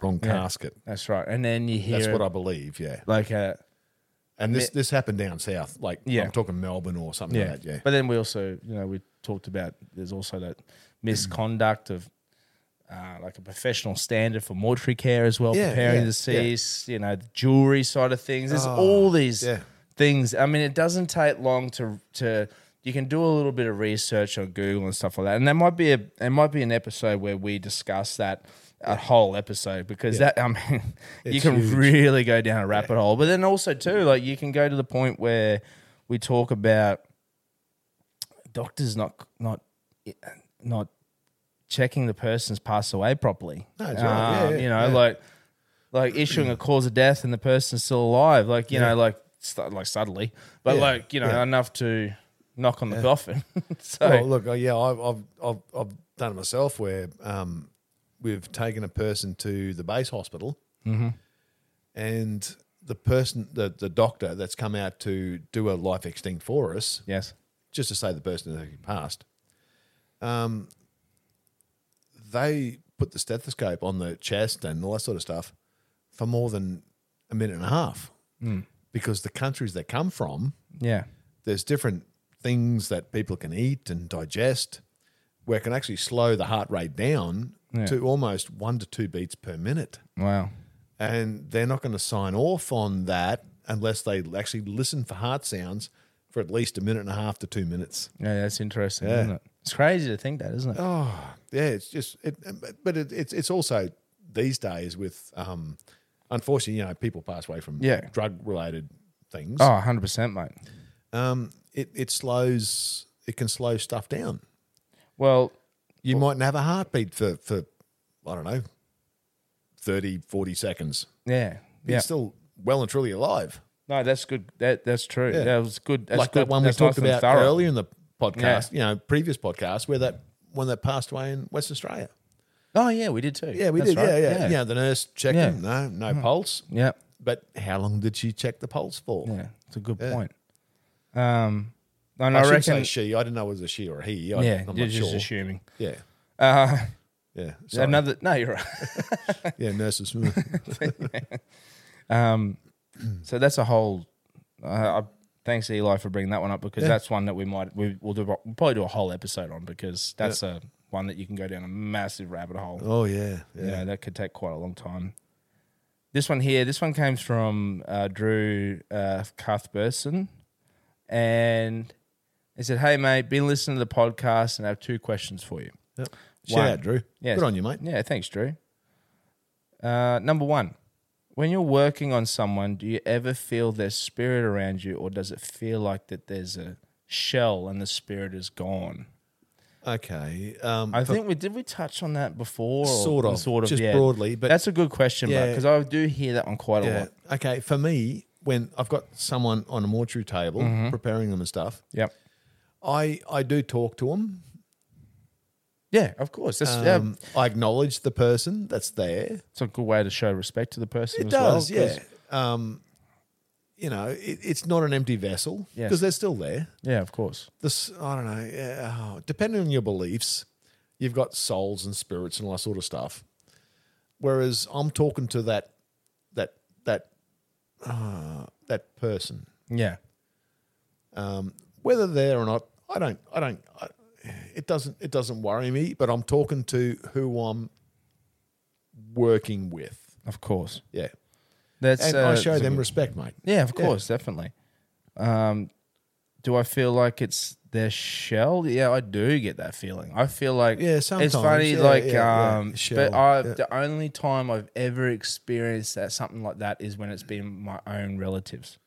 Speaker 2: Wrong
Speaker 1: Yeah.
Speaker 2: casket.
Speaker 1: That's right. And then you hear
Speaker 2: That's
Speaker 1: it,
Speaker 2: what I believe. Yeah.
Speaker 1: like a
Speaker 2: And this this happened down south. Like
Speaker 1: Yeah.
Speaker 2: I'm talking Melbourne or something
Speaker 1: yeah.
Speaker 2: like that. Yeah.
Speaker 1: But then we also, you know, we talked about there's also that misconduct of uh, like a professional standard for mortuary care as well,
Speaker 2: Yeah,
Speaker 1: preparing
Speaker 2: yeah, Oh,
Speaker 1: the deceased, you know, the jewelry side of things. There's all these
Speaker 2: yeah.
Speaker 1: things. I mean, it doesn't take long to to you can do a little bit of research on Google and stuff like that. And there might be a it might be an episode where we discuss that a whole episode because that I mean you
Speaker 2: It's
Speaker 1: can
Speaker 2: huge.
Speaker 1: really go down a rabbit hole. But then also too, like you can go to the point where we talk about doctors not not not checking the person's passed away properly.
Speaker 2: That's right. Yeah,
Speaker 1: Um,
Speaker 2: yeah,
Speaker 1: you know,
Speaker 2: yeah.
Speaker 1: like like issuing a cause of death and the person's still alive. Like you know, like st- like suddenly, but
Speaker 2: Yeah,
Speaker 1: like you know,
Speaker 2: yeah.
Speaker 1: enough to knock on the coffin. so
Speaker 2: Well, look, uh, yeah, I've, I've, I've, I've done it myself where um, we've taken a person to the base hospital
Speaker 1: Mm-hmm.
Speaker 2: and the person, the, the doctor that's come out to do a life extinct for us,
Speaker 1: yes,
Speaker 2: just to say the person that had passed, um, they put the stethoscope on the chest and all that sort of stuff for more than a minute and a half
Speaker 1: Hmm.
Speaker 2: because the countries they come from
Speaker 1: yeah,
Speaker 2: there's different things that people can eat and digest where it can actually slow the heart rate down
Speaker 1: Yeah.
Speaker 2: to almost one to two beats per minute.
Speaker 1: wow,
Speaker 2: And they're not going to sign off on that unless they actually listen for heart sounds for at least a minute and a half to two minutes.
Speaker 1: yeah, that's interesting, isn't it? It's crazy to think that, isn't it?
Speaker 2: Oh, yeah, it's just, it, but it, it's, it's also these days with, um, unfortunately, you know, people pass away from
Speaker 1: Yeah.
Speaker 2: drug related things.
Speaker 1: Oh, 100 percent, mate.
Speaker 2: Um, it, it slows, it can slow stuff down.
Speaker 1: Well,
Speaker 2: you mightn't have a heartbeat for, for I don't know, 30, 40 seconds.
Speaker 1: yeah, yeah.
Speaker 2: You're still well and truly alive.
Speaker 1: No, that's good. That that's true.
Speaker 2: Yeah.
Speaker 1: That was good. That's
Speaker 2: like
Speaker 1: good.
Speaker 2: that one we
Speaker 1: That's
Speaker 2: talked
Speaker 1: nice and
Speaker 2: about
Speaker 1: thorough.
Speaker 2: earlier in the podcast, you know, previous podcast, where that one that passed away in West Australia.
Speaker 1: Oh yeah, we did too.
Speaker 2: Yeah, we
Speaker 1: That's
Speaker 2: did.
Speaker 1: right.
Speaker 2: Yeah, yeah, yeah. the nurse checked
Speaker 1: Yeah. Mm-hmm.
Speaker 2: him. No, no pulse.
Speaker 1: yeah.
Speaker 2: But how long did she check the pulse for?
Speaker 1: Yeah, it's a good point. Um, and
Speaker 2: I,
Speaker 1: I,
Speaker 2: should say
Speaker 1: reckon.
Speaker 2: she. I didn't know it was a she or a he. I,
Speaker 1: yeah,
Speaker 2: I'm
Speaker 1: you're
Speaker 2: not
Speaker 1: just
Speaker 2: sure.
Speaker 1: assuming.
Speaker 2: Yeah,
Speaker 1: Uh,
Speaker 2: yeah. Sorry.
Speaker 1: another. No, you're right.
Speaker 2: yeah, nurses.
Speaker 1: Um, so that's a whole. Uh, I- thanks, Eli, for bringing that one up because that's one that we might we will do. We'll probably do a whole episode on because that's a one that you can go down a massive rabbit hole.
Speaker 2: oh yeah,
Speaker 1: You
Speaker 2: yeah.
Speaker 1: know, that could take quite a long time. This one here, this one comes from uh, Drew uh, Cuthbertson. And he said, Hey, mate, been listening to the podcast and I have two questions for you.
Speaker 2: Yep. Shout
Speaker 1: One.
Speaker 2: out, Drew.
Speaker 1: Yes.
Speaker 2: Good on you, mate.
Speaker 1: Yeah, thanks, Drew. Uh, number one, when you're working on someone, do you ever feel their spirit around you or does it feel like that there's a shell and the spirit is gone?
Speaker 2: Okay. Um,
Speaker 1: I
Speaker 2: for-
Speaker 1: think we did we touch on that before, or
Speaker 2: Sort of,
Speaker 1: sort of,
Speaker 2: just
Speaker 1: yeah.
Speaker 2: broadly, but-
Speaker 1: that's a good question, yeah,
Speaker 2: Yeah.
Speaker 1: because I do hear that one quite a
Speaker 2: yeah.
Speaker 1: lot.
Speaker 2: Okay. For me, when I've got someone on a mortuary table
Speaker 1: Mm-hmm.
Speaker 2: preparing them and stuff,
Speaker 1: Yep.
Speaker 2: I I do talk to them.
Speaker 1: Yeah, of course. That's yeah,
Speaker 2: Um, I acknowledge the person that's there.
Speaker 1: it's a good way to show respect to the person.
Speaker 2: It
Speaker 1: as
Speaker 2: does,
Speaker 1: well, 'cause-
Speaker 2: yeah. Um, you know, it, it's not an empty vessel
Speaker 1: Yes.
Speaker 2: because they're still there.
Speaker 1: yeah, of course.
Speaker 2: This I don't know. yeah, oh, depending on your beliefs, you've got souls and spirits and all that sort of stuff. Whereas I'm talking to that that that uh, that person.
Speaker 1: Yeah,
Speaker 2: um, whether there or not i don't i don't I, it doesn't it doesn't worry me but i'm talking to who i'm working with
Speaker 1: of course.
Speaker 2: yeah
Speaker 1: That's
Speaker 2: and
Speaker 1: uh,
Speaker 2: i show
Speaker 1: it's a
Speaker 2: them
Speaker 1: good-
Speaker 2: respect mate
Speaker 1: yeah, of
Speaker 2: Yeah.
Speaker 1: course, definitely. Um, do I feel like it's their shell. Yeah, I do get that feeling. I feel like
Speaker 2: Yeah, sometimes.
Speaker 1: it's funny.
Speaker 2: Yeah,
Speaker 1: like
Speaker 2: yeah,
Speaker 1: um,
Speaker 2: yeah. Shell,
Speaker 1: but I
Speaker 2: yeah.
Speaker 1: the only time I've ever experienced that something like that is when it's been my own relatives.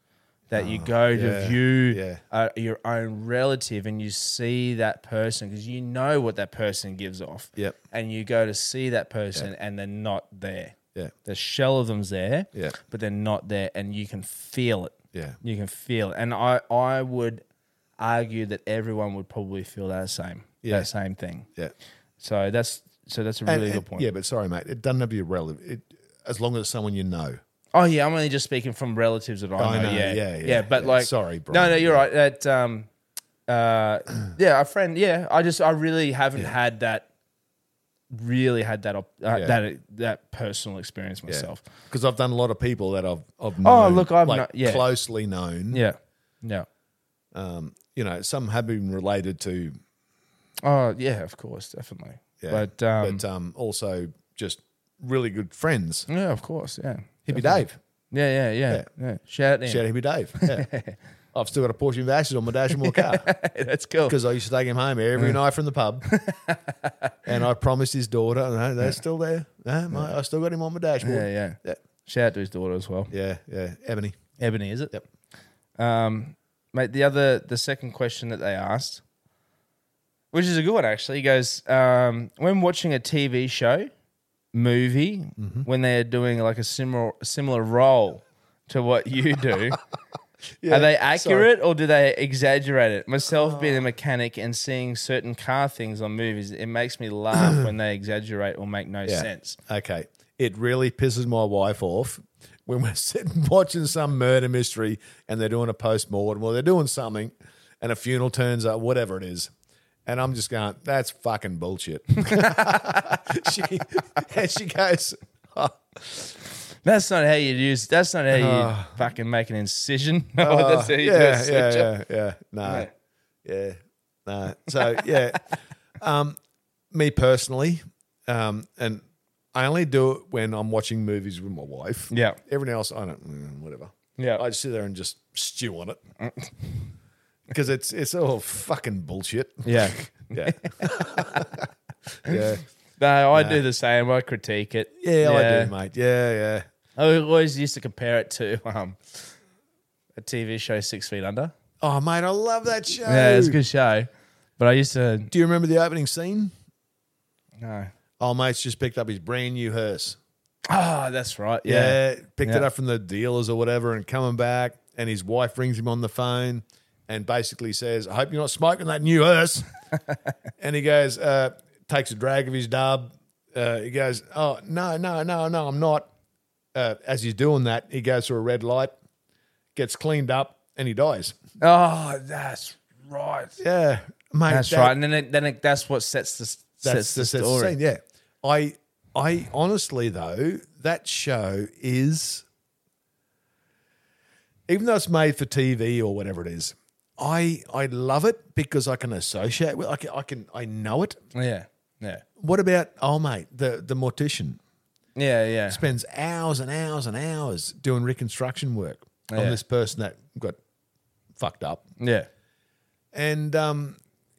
Speaker 1: That you go to
Speaker 2: Ah, yeah,
Speaker 1: view
Speaker 2: yeah.
Speaker 1: uh, your own relative and you see that person because you know what that person gives off.
Speaker 2: Yep.
Speaker 1: And you go to see that person and they're not there.
Speaker 2: Yeah.
Speaker 1: The shell of them's there.
Speaker 2: Yeah.
Speaker 1: But they're not there and you can feel it.
Speaker 2: Yeah.
Speaker 1: You can feel it. And I, I would argue that everyone would probably feel that same.
Speaker 2: Yeah.
Speaker 1: That same thing.
Speaker 2: Yeah.
Speaker 1: So that's so that's a
Speaker 2: And-
Speaker 1: really
Speaker 2: and-
Speaker 1: good point.
Speaker 2: Yeah, but sorry, mate. It doesn't have to be relevant. It, as long as it's someone you know.
Speaker 1: Oh yeah, I'm only just speaking from relatives that I,
Speaker 2: I
Speaker 1: know.
Speaker 2: know,
Speaker 1: Yeah,
Speaker 2: yeah,
Speaker 1: yeah,
Speaker 2: yeah,
Speaker 1: but
Speaker 2: yeah.
Speaker 1: like,
Speaker 2: Sorry,
Speaker 1: No,
Speaker 2: Brian,
Speaker 1: no, you're
Speaker 2: yeah.
Speaker 1: right. That, um, uh, yeah, a friend. Yeah, I just, I really haven't had that. Really had that op- uh,
Speaker 2: Yeah.
Speaker 1: that that personal experience myself.
Speaker 2: Because I've done a lot of people that I've, I've known,
Speaker 1: Oh, look, I've
Speaker 2: like,
Speaker 1: kno- yeah.
Speaker 2: closely known.
Speaker 1: Yeah, yeah.
Speaker 2: Um, you know, some have been related to,
Speaker 1: Oh yeah, of course, definitely.
Speaker 2: yeah,
Speaker 1: But, um,
Speaker 2: but um, also just really good friends.
Speaker 1: yeah, of course, yeah.
Speaker 2: Hippie Dave.
Speaker 1: Yeah, yeah, yeah, yeah. Shout out to him.
Speaker 2: Shout out Hippie Dave. Yeah. I've still got a portion of ashes on my dash in my car
Speaker 1: That's cool.
Speaker 2: because I used to take him home every night from the pub, and I promised his daughter, no, they're still there. No, mate, I still got him on my dashboard.
Speaker 1: Yeah, yeah,
Speaker 2: yeah,
Speaker 1: Shout out to his daughter as well.
Speaker 2: yeah, yeah. Ebony.
Speaker 1: Ebony, is it?
Speaker 2: Yep.
Speaker 1: Um, mate, the other, the second question that they asked, which is a good one actually, he goes, um, when watching a TV show, movie,
Speaker 2: Mm-hmm.
Speaker 1: when they are doing like a similar similar role to what you do.
Speaker 2: Yeah, Oh.
Speaker 1: Are they accurate or do they exaggerate it? Myself being a mechanic and seeing certain car things on movies, it makes me laugh when they exaggerate or make no
Speaker 2: Yeah.
Speaker 1: sense.
Speaker 2: Okay. It really pisses my wife off when we're sitting watching some murder mystery and they're doing a post mortem or they're doing something and a funeral turns up, whatever it is. And I'm just going, that's fucking bullshit. she, and she goes, "Oh,
Speaker 1: That's not how you use. That's not how you fucking make an incision. Oh, that's how you do a
Speaker 2: Ah. yeah, yeah,
Speaker 1: suture.
Speaker 2: yeah, yeah, no, yeah, no. So yeah, um, me personally, um, and I only do it when I'm watching movies with my wife.
Speaker 1: Yeah.
Speaker 2: Everything else, I don't. mm, Whatever.
Speaker 1: Yeah.
Speaker 2: I just sit there and just stew on it because it's it's all fucking bullshit.
Speaker 1: Yeah.
Speaker 2: yeah, yeah,
Speaker 1: No, I do the same. I critique it.
Speaker 2: yeah, I do, mate. Yeah, yeah.
Speaker 1: I always used to compare it to um, a TV show, Six Feet Under.
Speaker 2: Oh, mate, I love that show.
Speaker 1: Yeah, it's a good show. But I used to
Speaker 2: Do you remember the opening scene?
Speaker 1: no.
Speaker 2: Oh, mate's just picked up his brand new hearse.
Speaker 1: Ah, that's right. Yeah.
Speaker 2: Yeah, picked it
Speaker 1: Yeah.
Speaker 2: up from the dealers or whatever, and coming back, and his wife rings him on the phone, and basically says, "I hope you're not smoking that new hearse." and he goes, uh, takes a drag of his dub. Uh, he goes, "Oh no, no, no, no, I'm not." Uh, as he's doing that, he goes through a red light, gets cleaned up, and he dies.
Speaker 1: Oh, that's right.
Speaker 2: Yeah, mate,
Speaker 1: That's
Speaker 2: that-
Speaker 1: right. And then it, then it, that's what sets the s-
Speaker 2: That's
Speaker 1: sets the,
Speaker 2: sets
Speaker 1: story.
Speaker 2: scene, yeah, I, I honestly though that show is, even though it's made for TV or whatever it is, I I love it because I can associate with I can I, can, I know it.
Speaker 1: yeah. Yeah.
Speaker 2: What about oh mate the the mortician
Speaker 1: Yeah. Yeah.
Speaker 2: spends hours and hours and hours doing reconstruction work on
Speaker 1: Yeah.
Speaker 2: this person that got fucked up
Speaker 1: Yeah.
Speaker 2: and um,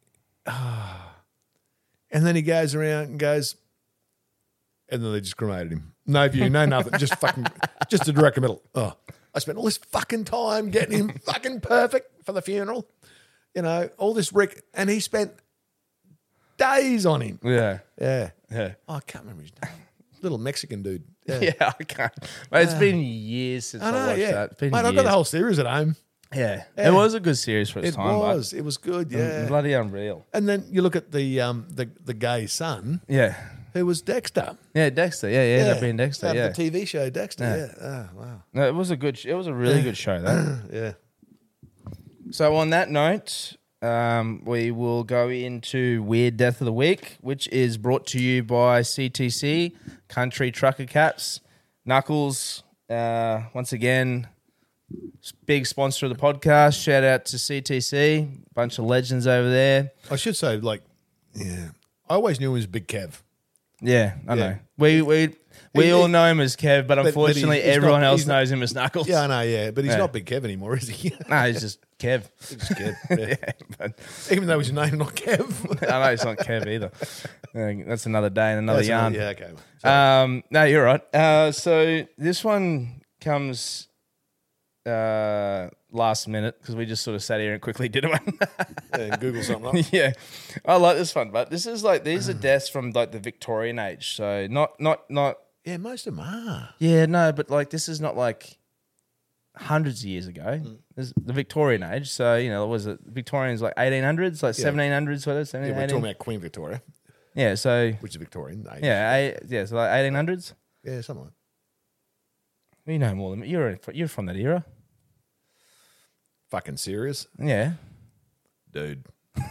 Speaker 2: and then he goes around and goes, and then they just cremated him. No view, no nothing, just fucking, just a direct middle. Oh, I spent all this fucking time getting him fucking perfect for the funeral, you know, all this Rick, and he spent days on him.
Speaker 1: Yeah.
Speaker 2: Yeah,
Speaker 1: Yeah.
Speaker 2: oh, I can't remember his name. Little Mexican dude. Yeah,
Speaker 1: Yeah, I can't. Mate, it's been years since I,
Speaker 2: I know.
Speaker 1: watched
Speaker 2: yeah,
Speaker 1: that. It's
Speaker 2: mate,
Speaker 1: been
Speaker 2: I've got
Speaker 1: years.
Speaker 2: the whole series at home.
Speaker 1: yeah.
Speaker 2: Yeah.
Speaker 1: it was a good series for its
Speaker 2: It
Speaker 1: time. but
Speaker 2: was, it was good.
Speaker 1: it's
Speaker 2: Yeah,
Speaker 1: bloody unreal.
Speaker 2: and then you look at the um the the gay son.
Speaker 1: Yeah,
Speaker 2: who was Dexter.
Speaker 1: yeah, Dexter. Yeah, yeah, that being Dexter.
Speaker 2: That-
Speaker 1: Yeah,
Speaker 2: The TV show Dexter. Yeah. Oh, wow.
Speaker 1: no, it was a good. sh- It was a really good show. That.
Speaker 2: Yeah.
Speaker 1: so on that note, um, we will go into weird death of the week, which is brought to you by CTC Country Trucker Caps. Knuckles, uh, once again, s- big sponsor of the podcast. Shout out to CTC, bunch of legends over there.
Speaker 2: I should say, like, yeah. I always knew him as Big Kev.
Speaker 1: Yeah, I
Speaker 2: Yeah.
Speaker 1: know. We we we
Speaker 2: He-
Speaker 1: all
Speaker 2: he-
Speaker 1: know him as Kev, but
Speaker 2: but he's-
Speaker 1: unfortunately,
Speaker 2: he's not-
Speaker 1: everyone else
Speaker 2: he's not-
Speaker 1: knows him as Knuckles.
Speaker 2: Yeah, I know, yeah. But he's
Speaker 1: Yeah.
Speaker 2: not Big Kev anymore, is he?
Speaker 1: no, he's just Kev.
Speaker 2: It's Kev. Yeah.
Speaker 1: Yeah, but
Speaker 2: Even though his name not Kev.
Speaker 1: I know it's not Kev either. Uh, That's another day and another
Speaker 2: That's
Speaker 1: yarn.
Speaker 2: another- yeah, okay.
Speaker 1: Um, no, you're right. Uh, so this one comes uh, last minute because we just sort of sat here and quickly did one.
Speaker 2: Yeah, Google something up.
Speaker 1: yeah, I like this one, but this is like these are deaths from like the Victorian age. So not not not.
Speaker 2: Yeah, most of them are.
Speaker 1: Yeah, no, but like this is not like hundreds of years ago. This is the Victorian age. So you know, what was it Victorians like 1800s, like 1700s, whether
Speaker 2: Yeah,
Speaker 1: 17,
Speaker 2: we're
Speaker 1: 18?
Speaker 2: talking about Queen Victoria,
Speaker 1: yeah. So
Speaker 2: which is Victorian. Age.
Speaker 1: yeah, I, yeah. So like 1800s.
Speaker 2: Yeah, something like
Speaker 1: You know more than me. You're you're from that era.
Speaker 2: Fucking serious.
Speaker 1: Yeah.
Speaker 2: Dude.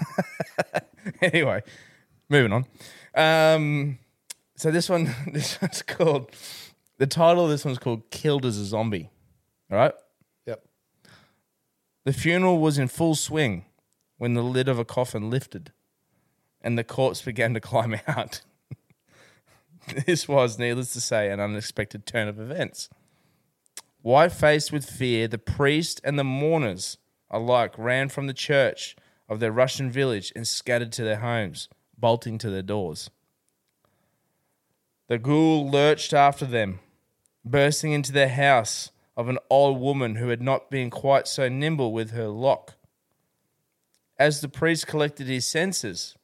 Speaker 1: anyway, moving on. Um, so this one, this one's called. The title of this one's called "Killed as a Zombie." All right.
Speaker 2: Yep.
Speaker 1: The funeral was in full swing when the lid of a coffin lifted, and the corpse began to climb out. this was, needless to say, an unexpected turn of events. White faced with fear, the priest and the mourners alike ran from the church of their Russian village and scattered to their homes, bolting to their doors. The ghoul lurched after them, bursting into the house of an old woman who had not been quite so nimble with her lock. As the priest collected his senses,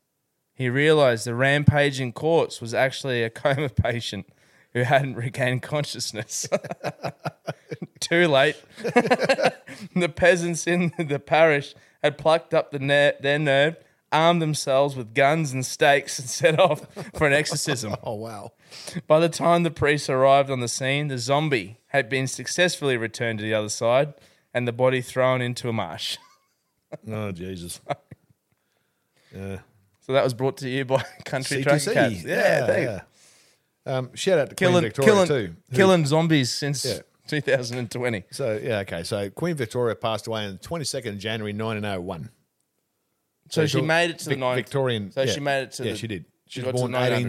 Speaker 1: he realized the rampaging corpse was actually a coma patient who hadn't regained consciousness. Too late. the peasants in the parish had plucked up the ner- their nerve, armed themselves with guns and stakes, and set off for an exorcism.
Speaker 2: Oh, wow.
Speaker 1: By the time the priest arrived on the scene, the zombie had been successfully returned to the other side and the body thrown into a marsh.
Speaker 2: Oh, Jesus. Yeah.
Speaker 1: So that was brought to you by Country Track
Speaker 2: CTC.
Speaker 1: Cats. Yeah, thank you.
Speaker 2: yeah. Um, shout out to Queen
Speaker 1: Killing,
Speaker 2: Victoria,
Speaker 1: killing,
Speaker 2: too. who-
Speaker 1: killing zombies since
Speaker 2: Yeah.
Speaker 1: 2020.
Speaker 2: So, yeah, okay. So, Queen Victoria passed away on the 22nd of January 1901.
Speaker 1: So, she made it to the
Speaker 2: Vic-
Speaker 1: ninth.
Speaker 2: Victorian.
Speaker 1: So
Speaker 2: yeah.
Speaker 1: she made it to
Speaker 2: Yeah,
Speaker 1: the-
Speaker 2: she did. She,
Speaker 1: got
Speaker 2: was
Speaker 1: to
Speaker 2: born
Speaker 1: the
Speaker 2: 18,
Speaker 1: 900s.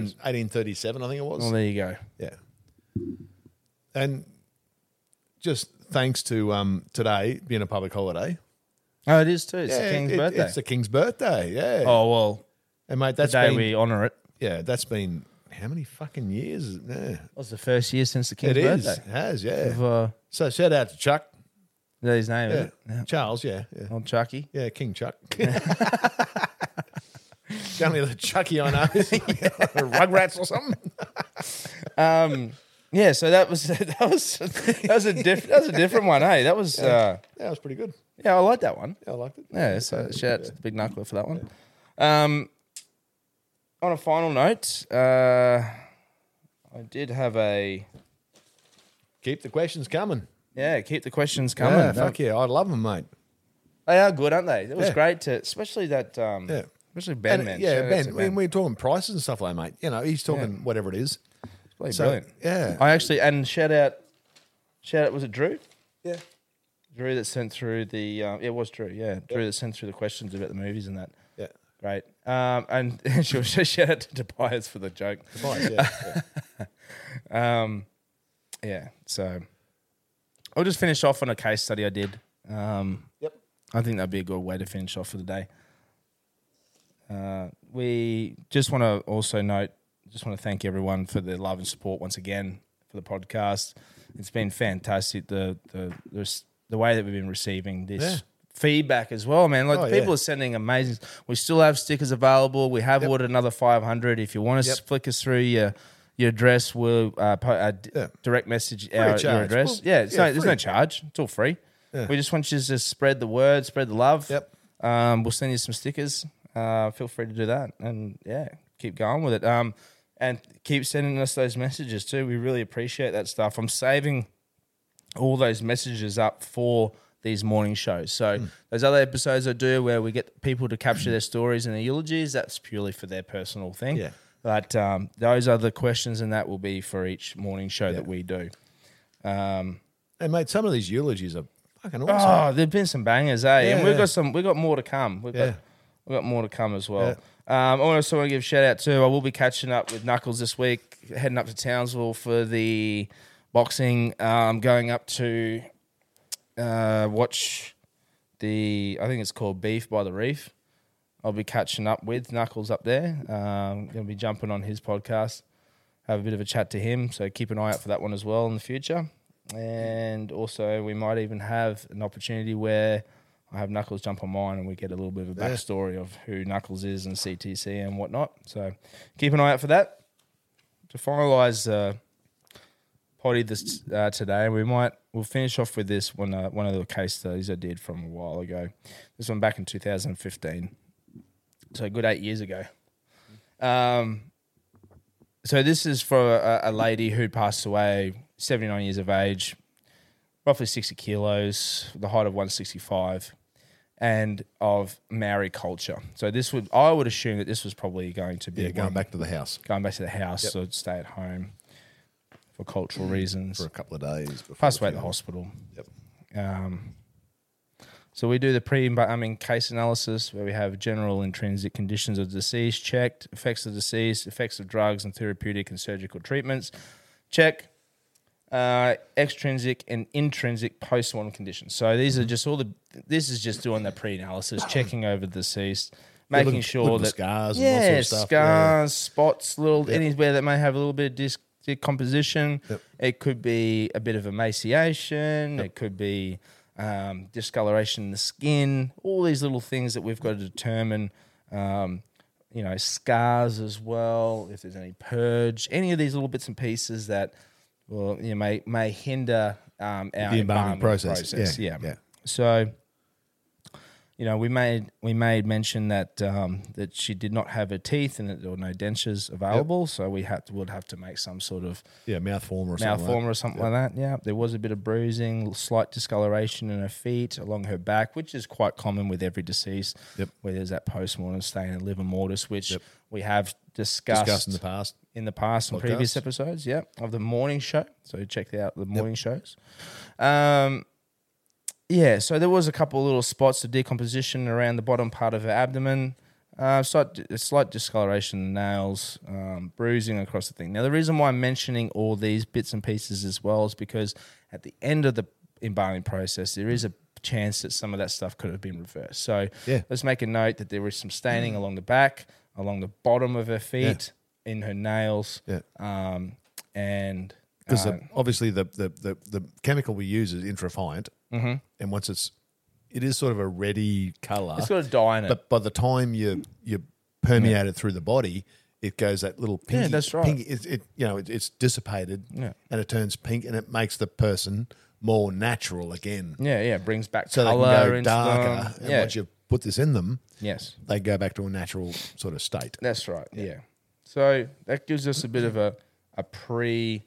Speaker 2: 1837, I think it was.
Speaker 1: Well, there you go.
Speaker 2: Yeah. And just thanks to um, today being a public holiday.
Speaker 1: Oh, it is too. It's
Speaker 2: Yeah,
Speaker 1: the king's
Speaker 2: it-
Speaker 1: birthday.
Speaker 2: It's the king's birthday. Yeah.
Speaker 1: oh, well,
Speaker 2: And mate,
Speaker 1: the
Speaker 2: that's
Speaker 1: day
Speaker 2: been,
Speaker 1: we honour it.
Speaker 2: yeah, that's been how many fucking years? Yeah.
Speaker 1: It was the first year since the king's
Speaker 2: It is.
Speaker 1: birthday.
Speaker 2: It has, yeah.
Speaker 1: Of, uh,
Speaker 2: So shout out to Chuck.
Speaker 1: is that his name? is
Speaker 2: Yeah.
Speaker 1: it? Yeah.
Speaker 2: Charles, yeah. Yeah,
Speaker 1: Old Chucky.
Speaker 2: yeah King Chuck. It's only the Chucky I know. Rugrats or something.
Speaker 1: Um, yeah, so that was that was that was a diff, that was a different one, hey. That was uh,
Speaker 2: Yeah, it was pretty good.
Speaker 1: yeah, I like that one.
Speaker 2: Yeah, I liked it.
Speaker 1: Yeah, so shout out to the big knuckler for that one. Um, on a final note, uh, I did have a
Speaker 2: Keep the questions coming.
Speaker 1: yeah. Keep the questions coming.
Speaker 2: Yeah, fuck yeah. I love them, mate.
Speaker 1: They are good, aren't they? It was
Speaker 2: Yeah.
Speaker 1: great to, especially that. Um,
Speaker 2: Yeah.
Speaker 1: Especially Ben,
Speaker 2: And,
Speaker 1: man.
Speaker 2: Yeah,
Speaker 1: Shout out
Speaker 2: Ben.
Speaker 1: to
Speaker 2: When we're talking prices and stuff like that, mate, you know, he's talking whatever it is.
Speaker 1: Bloody
Speaker 2: so,
Speaker 1: brilliant.
Speaker 2: yeah.
Speaker 1: I actually and shout out, shout out. Was it Drew?
Speaker 2: Yeah.
Speaker 1: Drew that sent through the. Um, it was Drew. Yeah, Drew that sent through the questions about the movies and that.
Speaker 2: Yeah.
Speaker 1: Great. Um, and she was shout out to Tobias for the joke.
Speaker 2: Right, yeah, yeah.
Speaker 1: Um, yeah. So I'll just finish off on a case study I did. Um,
Speaker 2: Yep.
Speaker 1: I think that'd be a good way to finish off for the day. Uh, we just want to also note, just want to thank everyone for their love and support once again for the podcast. It's been fantastic. The the the, s- the way that we've been receiving this.
Speaker 2: Yeah.
Speaker 1: Feedback as well, man. Like
Speaker 2: Oh,
Speaker 1: people
Speaker 2: yeah.
Speaker 1: are sending amazing. We still have stickers available. We have ordered another five hundred. If you want to
Speaker 2: Yep.
Speaker 1: flick us through your your address, we'll uh, po- uh, d-
Speaker 2: Yeah.
Speaker 1: direct message our, your
Speaker 2: charge.
Speaker 1: address.
Speaker 2: Well,
Speaker 1: yeah, it's
Speaker 2: yeah,
Speaker 1: no, there's
Speaker 2: free.
Speaker 1: no charge. It's all free. We just want you to just spread the word, spread the love.
Speaker 2: Yep.
Speaker 1: Um, we'll send you some stickers. Uh, feel free to do that, and yeah, keep going with it. Um, and keep sending us those messages too. We really appreciate that stuff. I'm saving all those messages up for these morning shows. So those other episodes I do where we get people to capture their stories and their eulogies, that's purely for their personal thing.
Speaker 2: Yeah.
Speaker 1: But um, those other questions and that will be for each morning show that we do.
Speaker 2: And, mate, some of these eulogies are fucking awesome.
Speaker 1: Oh, there've been some bangers, eh? and
Speaker 2: Yeah,
Speaker 1: we've
Speaker 2: yeah.
Speaker 1: got some. We've got more to come. We've
Speaker 2: Yeah.
Speaker 1: got we've got more to come as well. Um, I also want to give a shout out to. I will be catching up with Knuckles this week, heading up to Townsville for the boxing. Um, going up to uh, watch the I think it's called Beef by the Reef. I'll be catching up with Knuckles up there. Um, going to be jumping on his podcast, have a bit of a chat to him. So keep an eye out for that one as well in the future. And also, we might even have an opportunity where I have Knuckles jump on mine and we get a little bit of a backstory of who Knuckles is and CTC and whatnot. So keep an eye out for that. To finalise, uh, potty this uh, today. We might we'll finish off with this one uh, one of the case studies I did from a while ago. This one back in 2015, so a good eight years ago. Um, so this is for a, a lady who passed away, 79 years of age, roughly 60 kilos, the height of 165, and of Maori culture. So this would I would assume that this was probably going to be
Speaker 2: Yeah,
Speaker 1: one-
Speaker 2: going back to the house
Speaker 1: going back to the house so I'd stay at home for cultural reasons.
Speaker 2: Mm. for a couple of days. Before
Speaker 1: Passed away at the
Speaker 2: funeral.
Speaker 1: hospital.
Speaker 2: Yep.
Speaker 1: Um, so we do the pre and I mean case analysis where we have general intrinsic conditions of disease checked, effects of disease, effects of drugs and therapeutic and surgical treatments, check. Uh, extrinsic and intrinsic post-mortem conditions. So these
Speaker 2: Mm-hmm.
Speaker 1: are just all the. This is just doing the pre-analysis, checking over the deceased, making
Speaker 2: Looking-
Speaker 1: sure
Speaker 2: looking for
Speaker 1: that
Speaker 2: scars and
Speaker 1: yeah,
Speaker 2: all sorts of stuff. Yeah, yeah.
Speaker 1: scars, spots, little anywhere that may have a little bit of dis- decomposition. It could be a bit of emaciation. It could be um, discoloration in the skin. All these little things that we've got to determine. Um, you know, scars as well. If there's any purge, any of these little bits and pieces that well, you know, may may hinder um, our
Speaker 2: The embalming process. Yeah,
Speaker 1: Yeah.
Speaker 2: yeah.
Speaker 1: So you know, we made we made mention that um, that she did not have her teeth and that there were no dentures available, so we had to, would have to make some sort of
Speaker 2: Yeah, mouth former or
Speaker 1: mouth
Speaker 2: something.
Speaker 1: former or something like that. Yeah, there was a bit of bruising, slight discoloration in her feet along her back, which is quite common with every disease.
Speaker 2: Yep.
Speaker 1: Where there's that postmortem stain and liver mortis, which
Speaker 2: Yep.
Speaker 1: we have
Speaker 2: Like
Speaker 1: discussed,
Speaker 2: that. Discussed in the past.
Speaker 1: in the past and previous
Speaker 2: Podcasts.
Speaker 1: episodes, yeah, of the morning show. So check out the morning shows. Um, yeah, so there was a couple of little spots of decomposition around the bottom part of her abdomen, uh, slight, a slight discoloration in the nails, um, bruising across the thing. Now, the reason why I'm mentioning all these bits and pieces as well is because at the end of the embalming process, there is a chance that some of that stuff could have been reversed. So
Speaker 2: Yeah.
Speaker 1: let's make a note that there was some staining along the back, along the bottom of her feet, in her nails,
Speaker 2: Yeah.
Speaker 1: um, and
Speaker 2: Because
Speaker 1: uh,
Speaker 2: obviously the, the, the, the chemical we use is intrafiant. Mm-hmm. And once it's, it is sort of a ready colour.
Speaker 1: it's got a dye in it.
Speaker 2: but by the time you you permeate it through the body, it goes that little pinky.
Speaker 1: that's right.
Speaker 2: Pinky, it, it you know it, it's dissipated,
Speaker 1: Yeah.
Speaker 2: and it turns pink, and it makes the person more natural again.
Speaker 1: Yeah, yeah, it brings back
Speaker 2: So they
Speaker 1: color
Speaker 2: can go
Speaker 1: into
Speaker 2: darker.
Speaker 1: them.
Speaker 2: And
Speaker 1: yeah.
Speaker 2: once you put this in them,
Speaker 1: yes,
Speaker 2: they go back to a natural sort of state.
Speaker 1: that's right. Yeah. So that gives us a bit of a a pre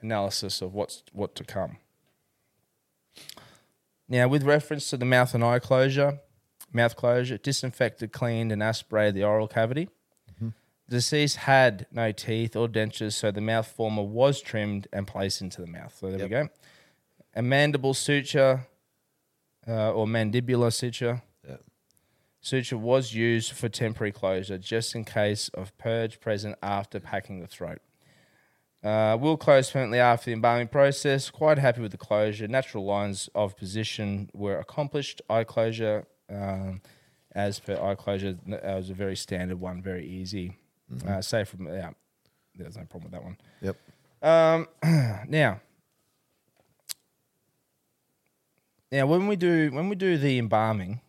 Speaker 1: analysis of what's what to come. Now, with reference to the mouth and eye closure, mouth closure, disinfected, cleaned, and aspirated the oral cavity. Mm-hmm. The deceased had no teeth or dentures, so the mouth former was trimmed and placed into the mouth. So there we go. A mandible suture uh, or mandibular suture.
Speaker 2: Yeah.
Speaker 1: Suture was used for temporary closure just in case of purge present after packing the throat. Uh, will close permanently after the embalming process. Quite happy with the closure. Natural lines of position were accomplished. Eye closure, um, as per eye closure, n- uh, was a very standard one, very easy. Uh, safe from, yeah, there's no problem with that one.
Speaker 2: Yep.
Speaker 1: Um, now, now when we do when we do the embalming,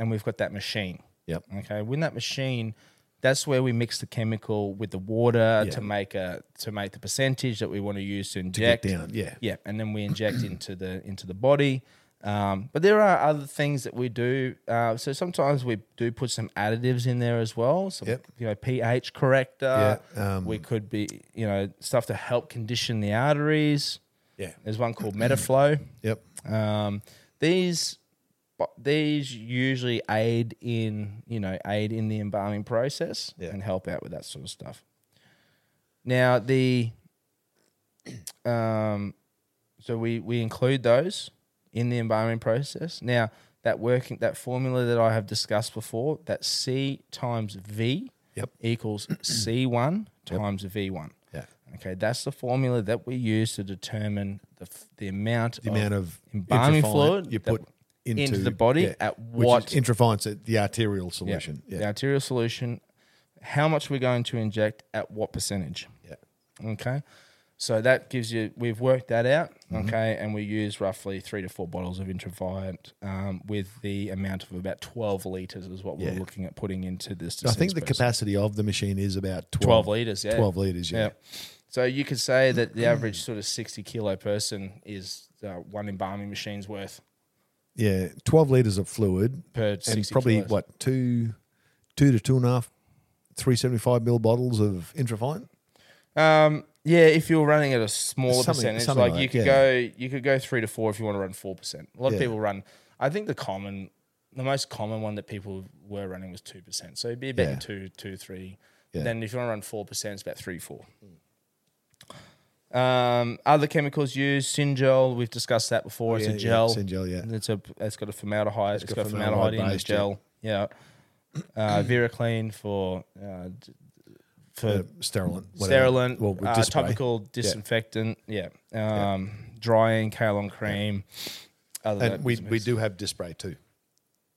Speaker 1: and we've got that machine.
Speaker 2: Yep.
Speaker 1: Okay. When that machine, that's where we mix the chemical with the water to make a to make the percentage that we want to use to inject
Speaker 2: down, yeah.
Speaker 1: Yeah, and then we inject into the into the body. Um, but there are other things that we do. Uh, so sometimes we do put some additives in there as well. So
Speaker 2: Yep.
Speaker 1: you know pH corrector.
Speaker 2: Yeah, um,
Speaker 1: we could be you know stuff to help condition the arteries.
Speaker 2: Yeah.
Speaker 1: There's one called Metaflow.
Speaker 2: Yep.
Speaker 1: Um, these but these usually aid in you know aid in the embalming process
Speaker 2: Yeah.
Speaker 1: and help out with that sort of stuff. Now the um, so we we include those in the embalming process. Now that working that formula that I have discussed before, that C times V
Speaker 2: Yep.
Speaker 1: equals C one times V one.
Speaker 2: Yeah.
Speaker 1: Okay, that's the formula that we use to determine the, f- the amount
Speaker 2: The amount of
Speaker 1: embalming
Speaker 2: intrafiant
Speaker 1: fluid
Speaker 2: you
Speaker 1: that-
Speaker 2: put into,
Speaker 1: Into the body at
Speaker 2: which
Speaker 1: what-
Speaker 2: is intrafine's at the arterial
Speaker 1: Yeah.
Speaker 2: solution. Yeah.
Speaker 1: The arterial solution, how much we're going to inject at what percentage.
Speaker 2: Yeah.
Speaker 1: Okay. So that gives you, we've worked that out.
Speaker 2: Mm-hmm.
Speaker 1: Okay. And we use roughly three to four bottles of Intraviant um, with the amount of about 12 liters is what we're
Speaker 2: Yeah.
Speaker 1: looking at putting into this.
Speaker 2: I think the
Speaker 1: dispense.
Speaker 2: capacity of the machine is about 12,
Speaker 1: 12 litres, yeah.
Speaker 2: 12 litres, yeah.
Speaker 1: So you could say that the average sort of 60 kilo person is uh, one embalming machine's worth
Speaker 2: Yeah, 12 litres of fluid
Speaker 1: per
Speaker 2: and
Speaker 1: 60
Speaker 2: probably,
Speaker 1: kilos.
Speaker 2: what, two, two to two and a half, 375 mil bottles of intrafine?
Speaker 1: Um, yeah, if you're running at a smaller
Speaker 2: Something-
Speaker 1: percentage,
Speaker 2: something
Speaker 1: like,
Speaker 2: like
Speaker 1: you
Speaker 2: that,
Speaker 1: could
Speaker 2: yeah.
Speaker 1: go, you could go three to four if you want to run four percent. A lot
Speaker 2: Yeah.
Speaker 1: of people run. I think the common, the most common one that people were running was two percent. So it'd be about
Speaker 2: Yeah.
Speaker 1: two, two, three.
Speaker 2: Yeah.
Speaker 1: Then if you want to run four percent, it's about three, four. Um, other chemicals used, Syngel. We've discussed that before. It's
Speaker 2: Yeah,
Speaker 1: a
Speaker 2: Oh,
Speaker 1: gel.
Speaker 2: yeah, Syngel, yeah.
Speaker 1: It's a. It's got a formaldehyde. it's got,
Speaker 2: got
Speaker 1: formaldehyde in the
Speaker 2: formaldehyde-based, yeah.
Speaker 1: gel. Yeah. Uh, Veraclean for uh, d- for
Speaker 2: Uh, sterilant. whatever.
Speaker 1: sterilant,
Speaker 2: Well, with
Speaker 1: uh,
Speaker 2: display.
Speaker 1: topical disinfectant, yeah, um, drying, Kalon cream. Other
Speaker 2: And
Speaker 1: than-
Speaker 2: we, we do have display too.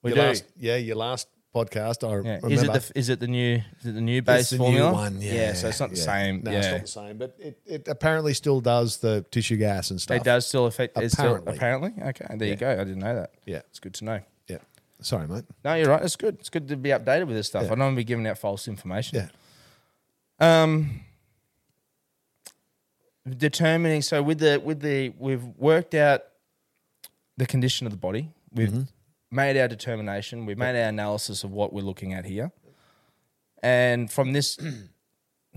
Speaker 1: We
Speaker 2: your
Speaker 1: do.
Speaker 2: Last, yeah, your last podcast, I
Speaker 1: Yeah.
Speaker 2: remember.
Speaker 1: Is it the is it the new is it the new base
Speaker 2: It's the new
Speaker 1: formula?
Speaker 2: one, yeah.
Speaker 1: so it's not the
Speaker 2: yeah.
Speaker 1: same.
Speaker 2: No,
Speaker 1: yeah,
Speaker 2: it's not the same, but it, it apparently still does the tissue gas and stuff.
Speaker 1: it does still affect. Apparently, still,
Speaker 2: Apparently.
Speaker 1: apparently, okay. There you go. I didn't know that.
Speaker 2: Yeah.
Speaker 1: it's good to know.
Speaker 2: Yeah. Sorry, mate.
Speaker 1: No, you're right. It's good. It's good to be updated with this stuff. I don't want to be giving out false information.
Speaker 2: Yeah.
Speaker 1: Um, determining so with the with the we've worked out the condition of the body. We've made our determination. We've made our analysis of what we're looking at here, and from this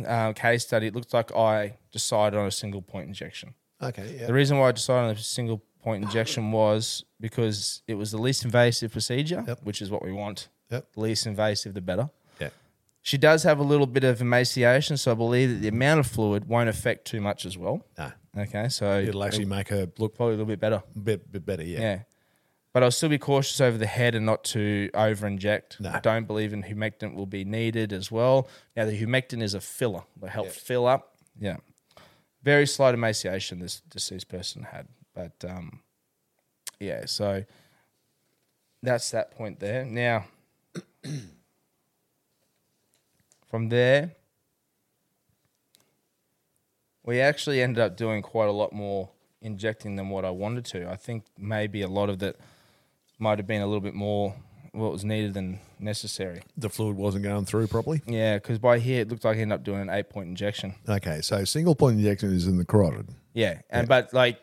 Speaker 1: uh, case study, it looks like I decided on a single point injection.
Speaker 2: Okay.
Speaker 1: The
Speaker 2: Yeah.
Speaker 1: reason why I decided on a single point injection was because it was the least invasive procedure,
Speaker 2: Yep.
Speaker 1: which is what we want.
Speaker 2: Yep.
Speaker 1: The least invasive, the better.
Speaker 2: Yeah.
Speaker 1: She does have a little bit of emaciation, so I believe that the amount of fluid won't affect too much as well.
Speaker 2: No.
Speaker 1: Okay, so
Speaker 2: It'll actually make her look
Speaker 1: probably a little bit better.
Speaker 2: a bit, bit better. Yeah.
Speaker 1: Yeah. But I'll still be cautious over the head and not to over inject.
Speaker 2: No.
Speaker 1: I don't believe in humectant will be needed as well. Now, the humectant is a filler, will help fill up. Yeah. Very slight emaciation this deceased person had. But um, yeah, so that's that point there. Now, from there, we actually ended up doing quite a lot more injecting than what I wanted to. I think maybe a lot of that might have been a little bit more what was needed than necessary.
Speaker 2: The fluid wasn't going through properly.
Speaker 1: Yeah, because by here it looked like I ended up doing an eight point injection.
Speaker 2: Okay. So single point injection is in the carotid.
Speaker 1: Yeah, and but like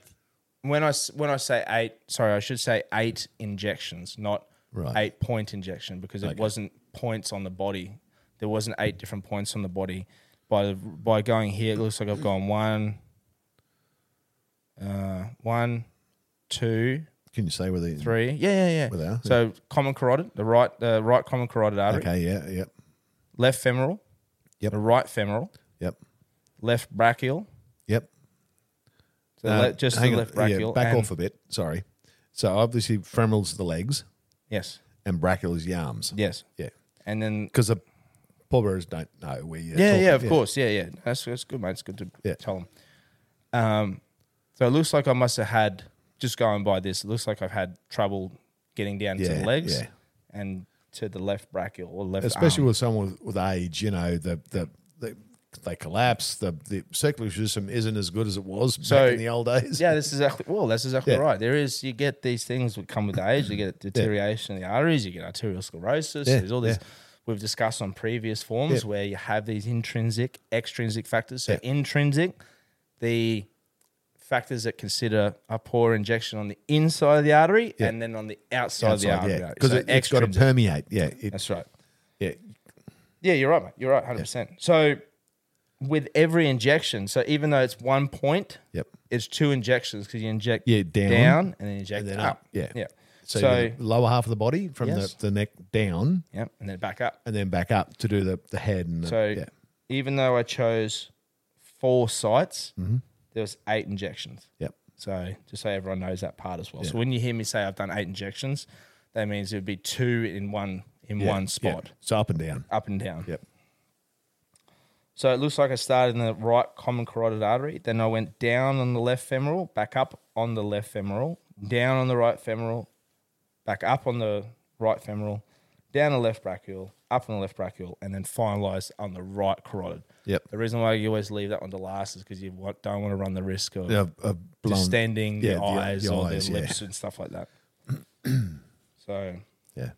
Speaker 1: when I s- when I say eight, sorry, I should say eight injections, not
Speaker 2: Right.
Speaker 1: eight point injection because it wasn't points on the body. There wasn't eight different points on the body. By by going here, it looks like I've gone one, uh, one, two,
Speaker 2: Can you say whether you-
Speaker 1: three. Yeah, yeah, yeah.
Speaker 2: Without,
Speaker 1: so common carotid, the right, the right common carotid artery,
Speaker 2: Okay. Yeah. Yep.
Speaker 1: left femoral,
Speaker 2: Yep.
Speaker 1: the right femoral,
Speaker 2: Yep.
Speaker 1: left brachial,
Speaker 2: Yep.
Speaker 1: so
Speaker 2: Uh,
Speaker 1: le- just the
Speaker 2: hang on,
Speaker 1: left
Speaker 2: yeah,
Speaker 1: brachial.
Speaker 2: back
Speaker 1: and-
Speaker 2: off a bit. Sorry. So obviously femoral's the legs
Speaker 1: Yes,
Speaker 2: and brachial is the arms.
Speaker 1: yes,
Speaker 2: Yeah.
Speaker 1: and then
Speaker 2: Because the pallbearers don't know where you're
Speaker 1: Yeah,
Speaker 2: talking.
Speaker 1: yeah, of course. Yeah, yeah. That's, that's good, mate. It's good to
Speaker 2: Yeah.
Speaker 1: tell them. Um, so it looks like I must have had, just going by this, it looks like I've had trouble getting down to
Speaker 2: Yeah,
Speaker 1: the legs
Speaker 2: yeah.
Speaker 1: and to the left brachial or left
Speaker 2: especially
Speaker 1: arm.
Speaker 2: with someone with, with age, you know, the the, the they collapse. The the circulatory system isn't as good as it was
Speaker 1: So-
Speaker 2: back in the old days.
Speaker 1: Yeah, this is exactly, well, that's exactly
Speaker 2: Yeah.
Speaker 1: right. There is, you get these things that come with age. You get deterioration in the arteries, you get arterial sclerosis.
Speaker 2: Yeah,
Speaker 1: There's all this
Speaker 2: yeah.
Speaker 1: we've discussed on previous forms
Speaker 2: Yeah.
Speaker 1: where you have these intrinsic, extrinsic factors. So intrinsic, the factors that consider a poor injection on the inside of the artery and then on the outside, of the
Speaker 2: Outside,
Speaker 1: artery.
Speaker 2: yeah, because
Speaker 1: So
Speaker 2: it, it's got to
Speaker 1: extrinsic.
Speaker 2: permeate. Yeah, it,
Speaker 1: That's right.
Speaker 2: yeah,
Speaker 1: Yeah, you're right, mate. You're right, 100%. So with every injection, so even though it's one point,
Speaker 2: yep.
Speaker 1: it's two injections because you inject
Speaker 2: Yeah, down.
Speaker 1: and then inject
Speaker 2: And then
Speaker 1: up.
Speaker 2: up, yeah.
Speaker 1: yeah.
Speaker 2: So,
Speaker 1: So,
Speaker 2: the lower half of the body from
Speaker 1: Yes.
Speaker 2: the, the neck down,
Speaker 1: yeah, and then back up.
Speaker 2: and then back up to do the, the head and the,
Speaker 1: So
Speaker 2: yeah,
Speaker 1: even though I chose four sites,
Speaker 2: Mm-hmm.
Speaker 1: there was eight injections.
Speaker 2: yep,
Speaker 1: So just so everyone knows that part as well. So when you hear me say I've done eight injections, that means it would be two in one in
Speaker 2: yeah,
Speaker 1: one
Speaker 2: yeah.
Speaker 1: spot,
Speaker 2: So up and down.
Speaker 1: up and down.
Speaker 2: Yep.
Speaker 1: So it looks like I started in the right common carotid artery. Then I went down on the left femoral, back up on the left femoral, down on the right femoral, back up on the right femoral, down the left brachial, up on the left brachial, and then finalize on the right carotid.
Speaker 2: Yep.
Speaker 1: The reason why you always leave that one to last is because you wa- don't want to run the risk of
Speaker 2: Yeah, a blown-
Speaker 1: distending
Speaker 2: yeah,
Speaker 1: the,
Speaker 2: the-
Speaker 1: eyes
Speaker 2: the
Speaker 1: or
Speaker 2: eyes,
Speaker 1: the
Speaker 2: yeah.
Speaker 1: lips and stuff like that. so
Speaker 2: Yeah.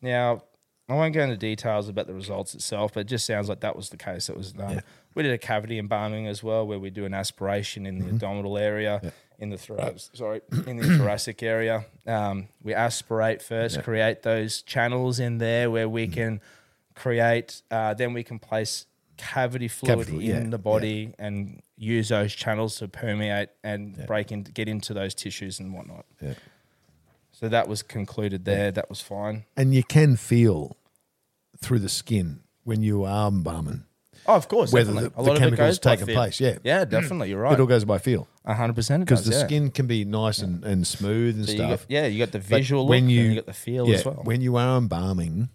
Speaker 1: now I won't go into details about the results itself, but it just sounds like that was the case that was done. We did a cavity embalming as well, where we do an aspiration in the
Speaker 2: Mm-hmm.
Speaker 1: abdominal area, in the throat, sorry, in the thoracic area. Um, we aspirate first, create those channels in there where
Speaker 2: Mm-hmm.
Speaker 1: we can create, uh, then we can place cavity fluid
Speaker 2: Cavity,
Speaker 1: in
Speaker 2: yeah,
Speaker 1: the body and use those channels to permeate and break in, get into those tissues and whatnot.
Speaker 2: Yeah.
Speaker 1: So that was concluded there. That was fine.
Speaker 2: And you can feel through the skin when you are embalming.
Speaker 1: Oh, of course.
Speaker 2: Whether
Speaker 1: definitely.
Speaker 2: the- the chemicals
Speaker 1: by
Speaker 2: taking
Speaker 1: feel.
Speaker 2: place, yeah.
Speaker 1: Yeah, definitely. You're
Speaker 2: It all
Speaker 1: right.
Speaker 2: goes by feel
Speaker 1: hundred percent.
Speaker 2: because the skin can be nice and, and smooth and
Speaker 1: So you
Speaker 2: stuff.
Speaker 1: got, yeah, you got the
Speaker 2: But
Speaker 1: visual look, and you got the feel
Speaker 2: yeah,
Speaker 1: as well.
Speaker 2: When you are embalming,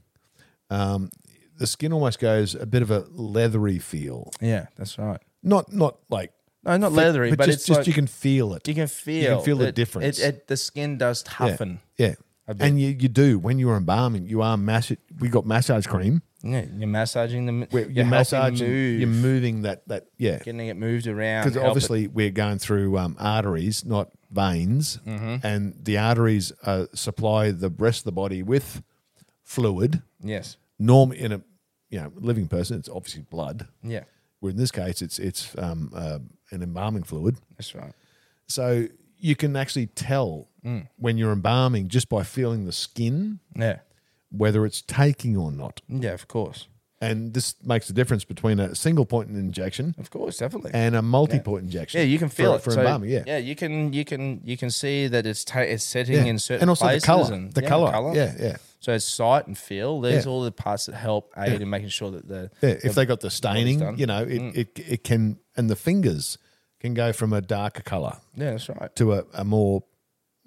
Speaker 2: um, the skin almost goes a bit of a leathery feel.
Speaker 1: yeah, that's right.
Speaker 2: Not not like
Speaker 1: No, not
Speaker 2: thick,
Speaker 1: leathery, but,
Speaker 2: just,
Speaker 1: it's
Speaker 2: just
Speaker 1: like,
Speaker 2: you can feel it.
Speaker 1: you can feel
Speaker 2: feel the
Speaker 1: that
Speaker 2: difference.
Speaker 1: It, it, the skin does
Speaker 2: Yeah,
Speaker 1: toughen.
Speaker 2: yeah.
Speaker 1: a bit.
Speaker 2: And you, you do when you are embalming, you are massage. We got massage cream.
Speaker 1: Yeah, you're massaging the
Speaker 2: Where
Speaker 1: you're
Speaker 2: you're massaging,
Speaker 1: move,
Speaker 2: you're moving that that yeah.
Speaker 1: getting it moved around
Speaker 2: because
Speaker 1: help it-
Speaker 2: obviously we're going through um, arteries, not veins,
Speaker 1: Mm-hmm.
Speaker 2: and the arteries uh, supply the rest of the body with fluid.
Speaker 1: Yes.
Speaker 2: Norm in a you know living person, it's obviously blood.
Speaker 1: Yeah,
Speaker 2: Where in this case, it's it's um, uh, an embalming fluid,
Speaker 1: that's right.
Speaker 2: so you can actually tell
Speaker 1: Mm.
Speaker 2: when you're embalming just by feeling the skin
Speaker 1: Yeah.
Speaker 2: whether it's taking or not,
Speaker 1: Yeah, of course.
Speaker 2: and this makes the difference between a single point injection
Speaker 1: Of course, definitely.
Speaker 2: and a multi-point injection.
Speaker 1: yeah, you can feel
Speaker 2: for,
Speaker 1: it
Speaker 2: for
Speaker 1: So,
Speaker 2: embalming. Yeah,
Speaker 1: yeah, you can, you can, you can see that it's ta- it's setting
Speaker 2: Yeah.
Speaker 1: in certain
Speaker 2: and also
Speaker 1: places
Speaker 2: the color,
Speaker 1: and
Speaker 2: the
Speaker 1: yeah,
Speaker 2: color. yeah, yeah.
Speaker 1: So it's sight and feel. These are
Speaker 2: Yeah.
Speaker 1: all the parts that help aid in making sure that the
Speaker 2: Yeah, if they got the staining,
Speaker 1: done. Mm.
Speaker 2: you know, it, it it can and the fingers can go from a darker color
Speaker 1: yeah, that's right.
Speaker 2: to a, a more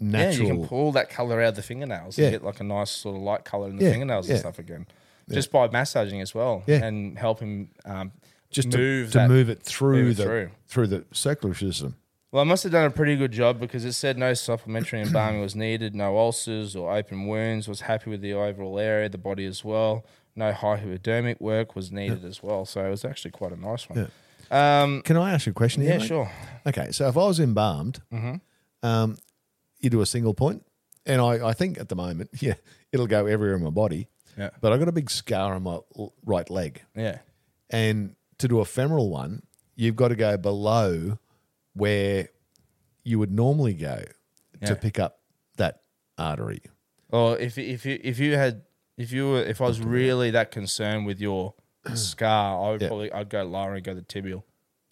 Speaker 1: Yeah,
Speaker 2: natural.
Speaker 1: you can pull that color out of the fingernails
Speaker 2: Yeah.
Speaker 1: and get like a nice sort of light color in the
Speaker 2: Yeah,
Speaker 1: fingernails
Speaker 2: yeah.
Speaker 1: and stuff again, just by massaging as well
Speaker 2: Yeah.
Speaker 1: and helping um,
Speaker 2: just to
Speaker 1: move
Speaker 2: to
Speaker 1: that.
Speaker 2: move it through
Speaker 1: move it
Speaker 2: the through.
Speaker 1: through.
Speaker 2: the circular system.
Speaker 1: Well, I must have done a pretty good job because it said no supplementary embalming was needed, no ulcers or open wounds. Was happy with the overall area, of the body as well. No hypodermic work was needed as well. So it was actually quite a nice one. Um,
Speaker 2: Can I ask you a question? here,
Speaker 1: yeah,
Speaker 2: mate?
Speaker 1: sure. Mm-hmm.
Speaker 2: Okay, so if I was embalmed, um, you do a single point, and I, I think at the moment, yeah, it'll go everywhere in my body.
Speaker 1: Yeah.
Speaker 2: But I got a big scar on my l- right leg.
Speaker 1: Yeah.
Speaker 2: and to do a femoral one, you've got to go below where you would normally go
Speaker 1: Yeah.
Speaker 2: to pick up that artery.
Speaker 1: Or if if you if you had if you were if I was really that concerned with your scar, I would
Speaker 2: Yeah.
Speaker 1: probably I'd go lower and go the tibial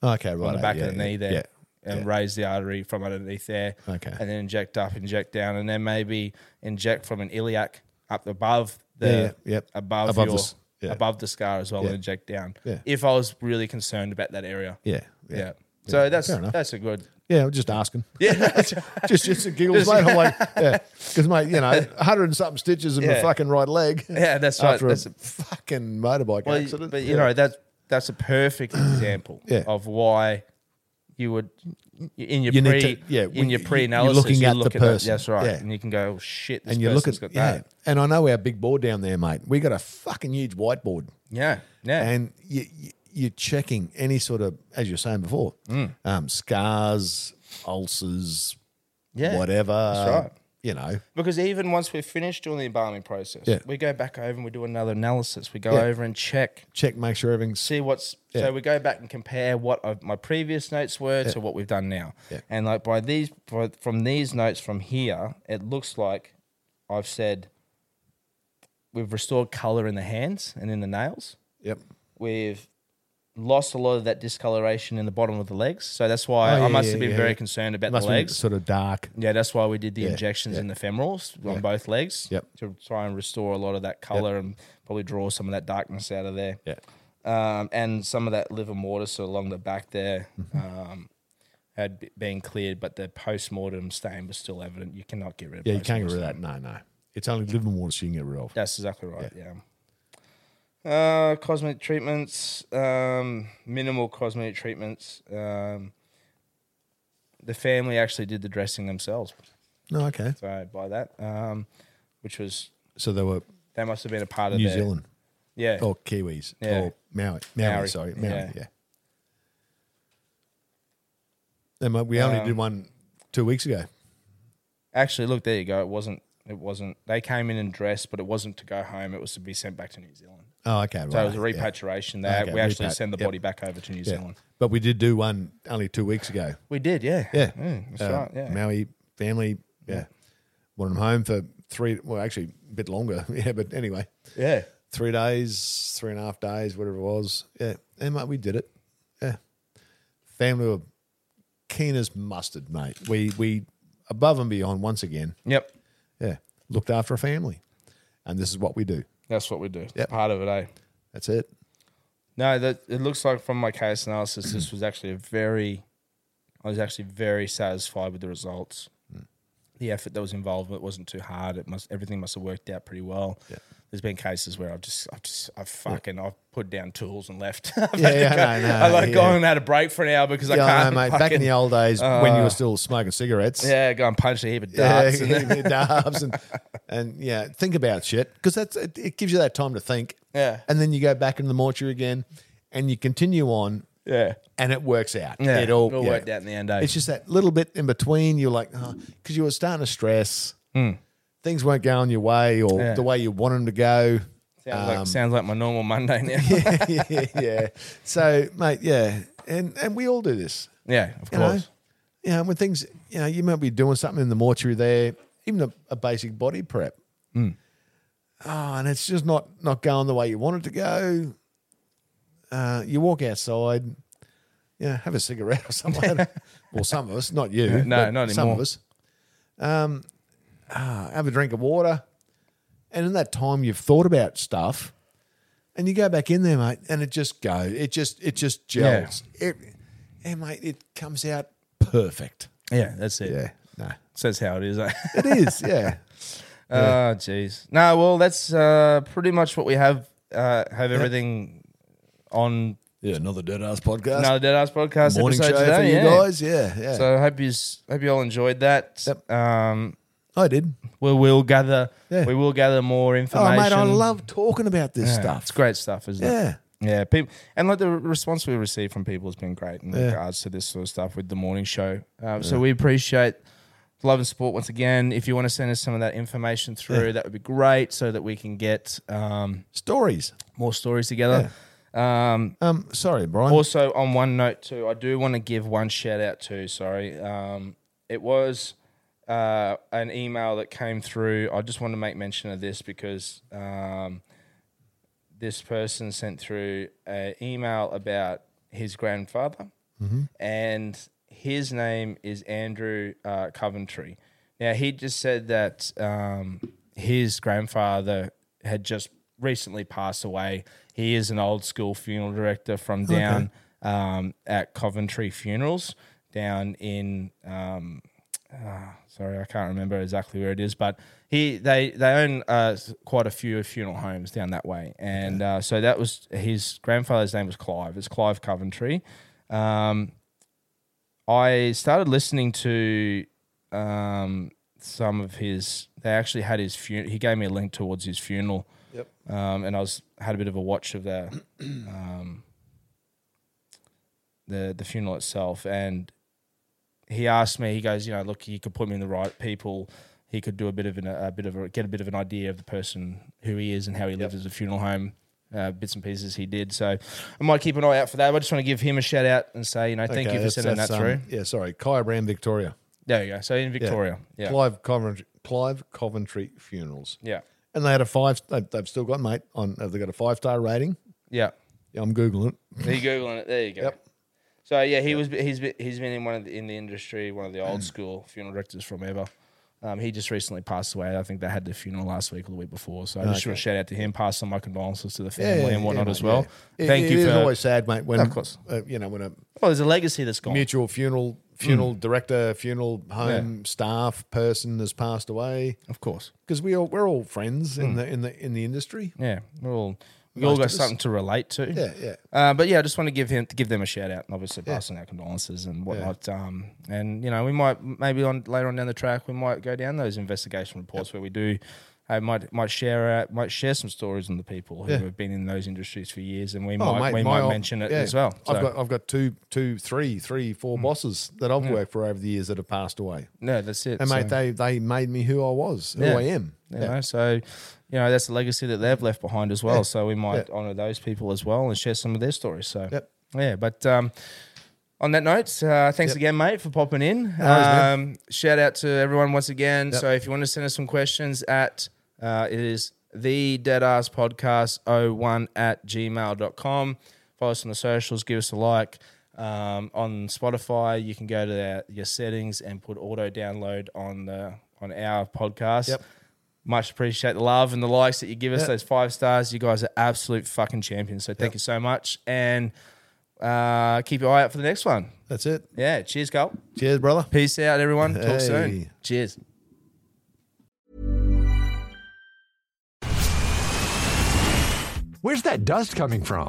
Speaker 2: Okay, right.
Speaker 1: on the back of the knee there,
Speaker 2: Yeah.
Speaker 1: and raise the artery from underneath there.
Speaker 2: Okay.
Speaker 1: and then inject up, inject down, and then maybe inject from an iliac up above the
Speaker 2: Yeah, yeah, yep.
Speaker 1: above,
Speaker 2: Above
Speaker 1: your
Speaker 2: the s- yeah.
Speaker 1: above the scar as well,
Speaker 2: Yeah.
Speaker 1: and inject down.
Speaker 2: Yeah.
Speaker 1: If I was really concerned about that area,
Speaker 2: Yeah.
Speaker 1: yeah.
Speaker 2: Yeah. Yeah.
Speaker 1: So that's
Speaker 2: Fair enough.
Speaker 1: that's a good
Speaker 2: I'm just asking.
Speaker 1: yeah.
Speaker 2: Just, just a giggles, mate. I'm like, yeah, because mate, you know, a hundred and something stitches in my
Speaker 1: Yeah.
Speaker 2: fucking right leg.
Speaker 1: Yeah, that's right.
Speaker 2: after
Speaker 1: That's
Speaker 2: a,
Speaker 1: a-
Speaker 2: fucking motorbike
Speaker 1: Well,
Speaker 2: accident.
Speaker 1: But you
Speaker 2: Yeah.
Speaker 1: know that's that's a perfect example
Speaker 2: Yeah.
Speaker 1: of why you would in your
Speaker 2: You need
Speaker 1: pre
Speaker 2: to- yeah, when
Speaker 1: in your
Speaker 2: you-
Speaker 1: pre
Speaker 2: you're
Speaker 1: analysis
Speaker 2: looking at the person.
Speaker 1: that's right,
Speaker 2: Yeah.
Speaker 1: and you can go oh, shit. This
Speaker 2: and you look at
Speaker 1: got
Speaker 2: yeah,
Speaker 1: that.
Speaker 2: and I know our big board down there, mate. We got a fucking huge whiteboard.
Speaker 1: Yeah, yeah,
Speaker 2: and you, you, you're checking any sort of, as you're saying before,
Speaker 1: Mm.
Speaker 2: um, scars, ulcers,
Speaker 1: Yeah,
Speaker 2: whatever.
Speaker 1: that's right.
Speaker 2: You know,
Speaker 1: Because even once we're finished doing the embalming process,
Speaker 2: Yeah.
Speaker 1: we go back over and we do another analysis. We go
Speaker 2: Yeah.
Speaker 1: over and check,
Speaker 2: check, make sure everything's.
Speaker 1: see what's.
Speaker 2: Yeah.
Speaker 1: So we go back and compare what I've, my previous notes were to what we've done now.
Speaker 2: Yeah.
Speaker 1: And like by these, by, from these notes from here, it looks like I've said we've restored color in the hands and in the nails.
Speaker 2: Yep.
Speaker 1: We've lost a lot of that discoloration in the bottom of the legs. So that's why
Speaker 2: Oh, yeah,
Speaker 1: I must
Speaker 2: yeah,
Speaker 1: have been
Speaker 2: yeah,
Speaker 1: very
Speaker 2: yeah.
Speaker 1: concerned about
Speaker 2: Must
Speaker 1: the
Speaker 2: be
Speaker 1: legs.
Speaker 2: sort of dark.
Speaker 1: Yeah, that's why we did the
Speaker 2: Yeah,
Speaker 1: injections
Speaker 2: yeah.
Speaker 1: in the femorals on both legs
Speaker 2: Yep.
Speaker 1: to try and restore a lot of that color and probably draw some of that darkness out of there.
Speaker 2: Yeah.
Speaker 1: Um, and some of that liver mortis along the back there
Speaker 2: Mm-hmm.
Speaker 1: um, had b- been cleared, but the post mortem stain was still evident. You cannot get rid of
Speaker 2: Yeah, you can't get
Speaker 1: post-mortem
Speaker 2: rid of that. No, no. It's only liver water so you can get rid of.
Speaker 1: that's exactly right. Yeah. Uh, cosmetic treatments, um, minimal cosmetic treatments. Um, the family actually did the dressing themselves.
Speaker 2: No, okay.
Speaker 1: So by that, um, which was
Speaker 2: So they were
Speaker 1: they must have been a part of
Speaker 2: New
Speaker 1: their-
Speaker 2: Zealand Oh.
Speaker 1: Yeah.
Speaker 2: or Kiwis
Speaker 1: Yeah.
Speaker 2: or Maui. Maui,
Speaker 1: Maori,
Speaker 2: sorry, Maui. Yeah.
Speaker 1: yeah.
Speaker 2: And we only
Speaker 1: Um,
Speaker 2: did one two weeks ago.
Speaker 1: Actually, look there you go. It wasn't. It wasn't. They came in and dressed, but it wasn't to go home. It was to be sent back to New Zealand.
Speaker 2: Oh, okay. Right.
Speaker 1: So it was a
Speaker 2: yeah.
Speaker 1: repatriation. They
Speaker 2: Okay,
Speaker 1: we actually
Speaker 2: repat-
Speaker 1: send the
Speaker 2: yep.
Speaker 1: body back over to New
Speaker 2: Yeah.
Speaker 1: Zealand.
Speaker 2: But we did do one only two weeks ago.
Speaker 1: We did, yeah. Mm,
Speaker 2: Yeah.
Speaker 1: that's
Speaker 2: Uh,
Speaker 1: right. Yeah.
Speaker 2: Maui family. Yeah. Wanted them home for three, well, actually a bit longer. Yeah. But anyway,
Speaker 1: yeah.
Speaker 2: three days, three and a half days, whatever it was. Yeah. And mate, we did it. Yeah. Family were keen as mustard, mate. We, we, above and beyond once again.
Speaker 1: Yep.
Speaker 2: Yeah. Looked after a family. And this is what we do.
Speaker 1: That's what we do. It's
Speaker 2: Yep.
Speaker 1: Part of it, eh?
Speaker 2: That's it.
Speaker 1: No, that it looks like from my case analysis, this was actually a very, I was actually very satisfied with the results.
Speaker 2: Mm.
Speaker 1: The effort that was involved, it wasn't too hard. It must everything must have worked out pretty well.
Speaker 2: Yeah.
Speaker 1: There's been cases where I've just, I've just, I've fucking, I've put down tools and left. I've
Speaker 2: Yeah,
Speaker 1: had to
Speaker 2: yeah,
Speaker 1: go-
Speaker 2: I know, I
Speaker 1: I've
Speaker 2: know,
Speaker 1: like
Speaker 2: yeah.
Speaker 1: gone and had a break for an hour because I
Speaker 2: Yeah, I
Speaker 1: can't.
Speaker 2: know, mate.
Speaker 1: fucking,
Speaker 2: Back in the old days when you
Speaker 1: uh,
Speaker 2: were still smoking cigarettes.
Speaker 1: yeah, go and punch a heap of
Speaker 2: Yeah,
Speaker 1: darts. and then-
Speaker 2: yeah, dabs and, and yeah, think about shit because that's it, it gives you that time to think.
Speaker 1: Yeah.
Speaker 2: and then you go back into the mortuary again, and you continue on,
Speaker 1: yeah,
Speaker 2: and it works out.
Speaker 1: yeah,
Speaker 2: it all, yeah.
Speaker 1: worked out in the end. eh?
Speaker 2: It's just that little bit in between. You're like, because you were starting to stress, things weren't going your way or
Speaker 1: Hmm. Yeah.
Speaker 2: the way you want them to go.
Speaker 1: sounds, like, sounds like my normal Monday now. Yeah,
Speaker 2: um, yeah, yeah. So, mate, yeah, and and we all do this.
Speaker 1: of
Speaker 2: you know,
Speaker 1: course.
Speaker 2: you know, when things, you know, you might be doing something in the mortuary there, even a, a basic body prep.
Speaker 1: Hmm.
Speaker 2: Oh, and it's just not not going the way you want it to go. Uh, you walk outside, you know, have a cigarette or something. well, some of us, not you.
Speaker 1: No,
Speaker 2: but
Speaker 1: not
Speaker 2: Some of
Speaker 1: anymore.
Speaker 2: us. Um, ah, have a drink of water. And in that time, you've thought about stuff, and you go back in there, mate, and it just go. It just it just gels. It, and mate, it comes out perfect.
Speaker 1: Yeah, that's it.
Speaker 2: Yeah, no,
Speaker 1: Says how it is. eh?
Speaker 2: it is. Yeah,
Speaker 1: Oh, jeez. No, well, that's uh, pretty much what we have. Uh, have everything on
Speaker 2: yeah. Another dead ass podcast.
Speaker 1: another Dead Ass podcast
Speaker 2: Morning show
Speaker 1: episode
Speaker 2: for
Speaker 1: today.
Speaker 2: you
Speaker 1: yeah.
Speaker 2: guys. Yeah, yeah.
Speaker 1: So I hope you hope you all enjoyed that.
Speaker 2: Yep.
Speaker 1: Um,
Speaker 2: I did.
Speaker 1: we will gather.
Speaker 2: Yeah.
Speaker 1: We will gather more
Speaker 2: Oh,
Speaker 1: information.
Speaker 2: mate, I love talking about this
Speaker 1: Yeah,
Speaker 2: stuff.
Speaker 1: It's great stuff, isn't it?
Speaker 2: Yeah,
Speaker 1: Yeah, people and like the response we received from people has been great in
Speaker 2: Yeah.
Speaker 1: regards to this sort of stuff with the morning show. Um, So we appreciate the love and support once again. If you want to send us some of that information through, that would be great, so that we can get um,
Speaker 2: stories.
Speaker 1: more stories together. Um,
Speaker 2: Um, sorry, Brian.
Speaker 1: also, on one note too, I do want to give one shout out too. Sorry, um, it was uh, an email that came through. I just want to make mention of this because um, this person sent through an email about his grandfather, and his name is Andrew uh, Coventry. Now he just said that um, his grandfather had just recently passed away. He is an old school funeral director from down um, at Coventry Funerals down in um, ah, sorry, I can't remember exactly where it is, but he they they own uh, s- quite a few funeral homes down that way, and uh, so that was his grandfather's name was Clive. It's Clive Coventry. Um, I started listening to um, some of his. They actually had his funeral. He gave me a link towards his funeral. Yep. Um, and I was had a bit of a watch of the um, the the funeral itself, and he asked me. He goes, you know, look, you could put me in the right people. He could do a bit of an, a bit of a, get a bit of an idea of the person who he is and how he lives as a funeral home. Uh, bits and pieces he did, so I might keep an eye out for that. I just want to give him a shout out and say, you know, thank you
Speaker 2: Okay,
Speaker 1: for
Speaker 2: that's-
Speaker 1: sending that
Speaker 2: that's, um,
Speaker 1: through.
Speaker 2: yeah, sorry, Kaya Brand, Victoria.
Speaker 1: There you go. So in Victoria, yeah, yeah,
Speaker 2: Clive Coventry, Clive Coventry funerals,
Speaker 1: yeah,
Speaker 2: and they had a five. They've, they've still got mate on. Have they got a five star rating? Yeah, I'm googling it.
Speaker 1: There you googling it. There you go.
Speaker 2: Yep.
Speaker 1: So yeah, he was he's been, he's been in one of the, in the industry, one of the
Speaker 2: Mm.
Speaker 1: old school funeral directors from ever. Um, he just recently passed away. I think they had the funeral last week or the week before. So I just want to shout out to him, pass on my condolences to the family and whatnot
Speaker 2: mate,
Speaker 1: as well.
Speaker 2: yeah. It-
Speaker 1: Thank
Speaker 2: It
Speaker 1: you
Speaker 2: is
Speaker 1: for
Speaker 2: always sad, mate. When
Speaker 1: Of course.
Speaker 2: uh, you know when a
Speaker 1: well, there's a legacy that's gone.
Speaker 2: mutual funeral funeral director, funeral home staff person has passed away
Speaker 1: Of course, Mm.
Speaker 2: because we all we're all friends in the in the in the industry.
Speaker 1: yeah, we're all We all
Speaker 2: Most of
Speaker 1: got
Speaker 2: us.
Speaker 1: something to relate to.
Speaker 2: Yeah, yeah.
Speaker 1: Uh, but yeah, I just want to give him give them a shout out and obviously pass on our condolences and whatnot. Um, and you know, we might maybe on later on down the track we might go down those investigation reports where we do. I might might share out, might share some stories on the people who
Speaker 2: Yeah.
Speaker 1: have been in those industries for years, and we
Speaker 2: Oh,
Speaker 1: might
Speaker 2: mate,
Speaker 1: we
Speaker 2: my
Speaker 1: might
Speaker 2: old-
Speaker 1: mention it
Speaker 2: yeah.
Speaker 1: as well. So, Mm.
Speaker 2: I've got I've got two two three three four bosses that I've worked for over the years that have passed away,
Speaker 1: no, that's it.
Speaker 2: and
Speaker 1: so,
Speaker 2: mate, they they made me who I was, who
Speaker 1: Yeah.
Speaker 2: I am.
Speaker 1: you know, so you know that's the legacy that they've left behind as well. So we might
Speaker 2: Yeah.
Speaker 1: honour those people as well and share some of their stories. So
Speaker 2: Yep.
Speaker 1: yeah, but um, on that note, uh, thanks again, mate, for popping in.
Speaker 2: worries, man.
Speaker 1: um, shout out to everyone once again. So if you want to send us some questions at uh, it is the dead ass podcast 01 at gmail.com. Follow us on the socials, give us a like. Um, on Spotify, you can go to their, your settings and put auto download on the on our podcast.
Speaker 2: Yep.
Speaker 1: Much appreciate the love and the likes that you give us.
Speaker 2: Yep.
Speaker 1: Those five stars, you guys are absolute fucking champions. So thank you so much, and uh, keep your eye out for the next one.
Speaker 2: That's it.
Speaker 1: Yeah, cheers, Cole.
Speaker 2: Cheers, brother.
Speaker 1: Peace out, everyone. Talk
Speaker 2: Hey.
Speaker 1: soon. Cheers.
Speaker 3: Where's that dust coming from?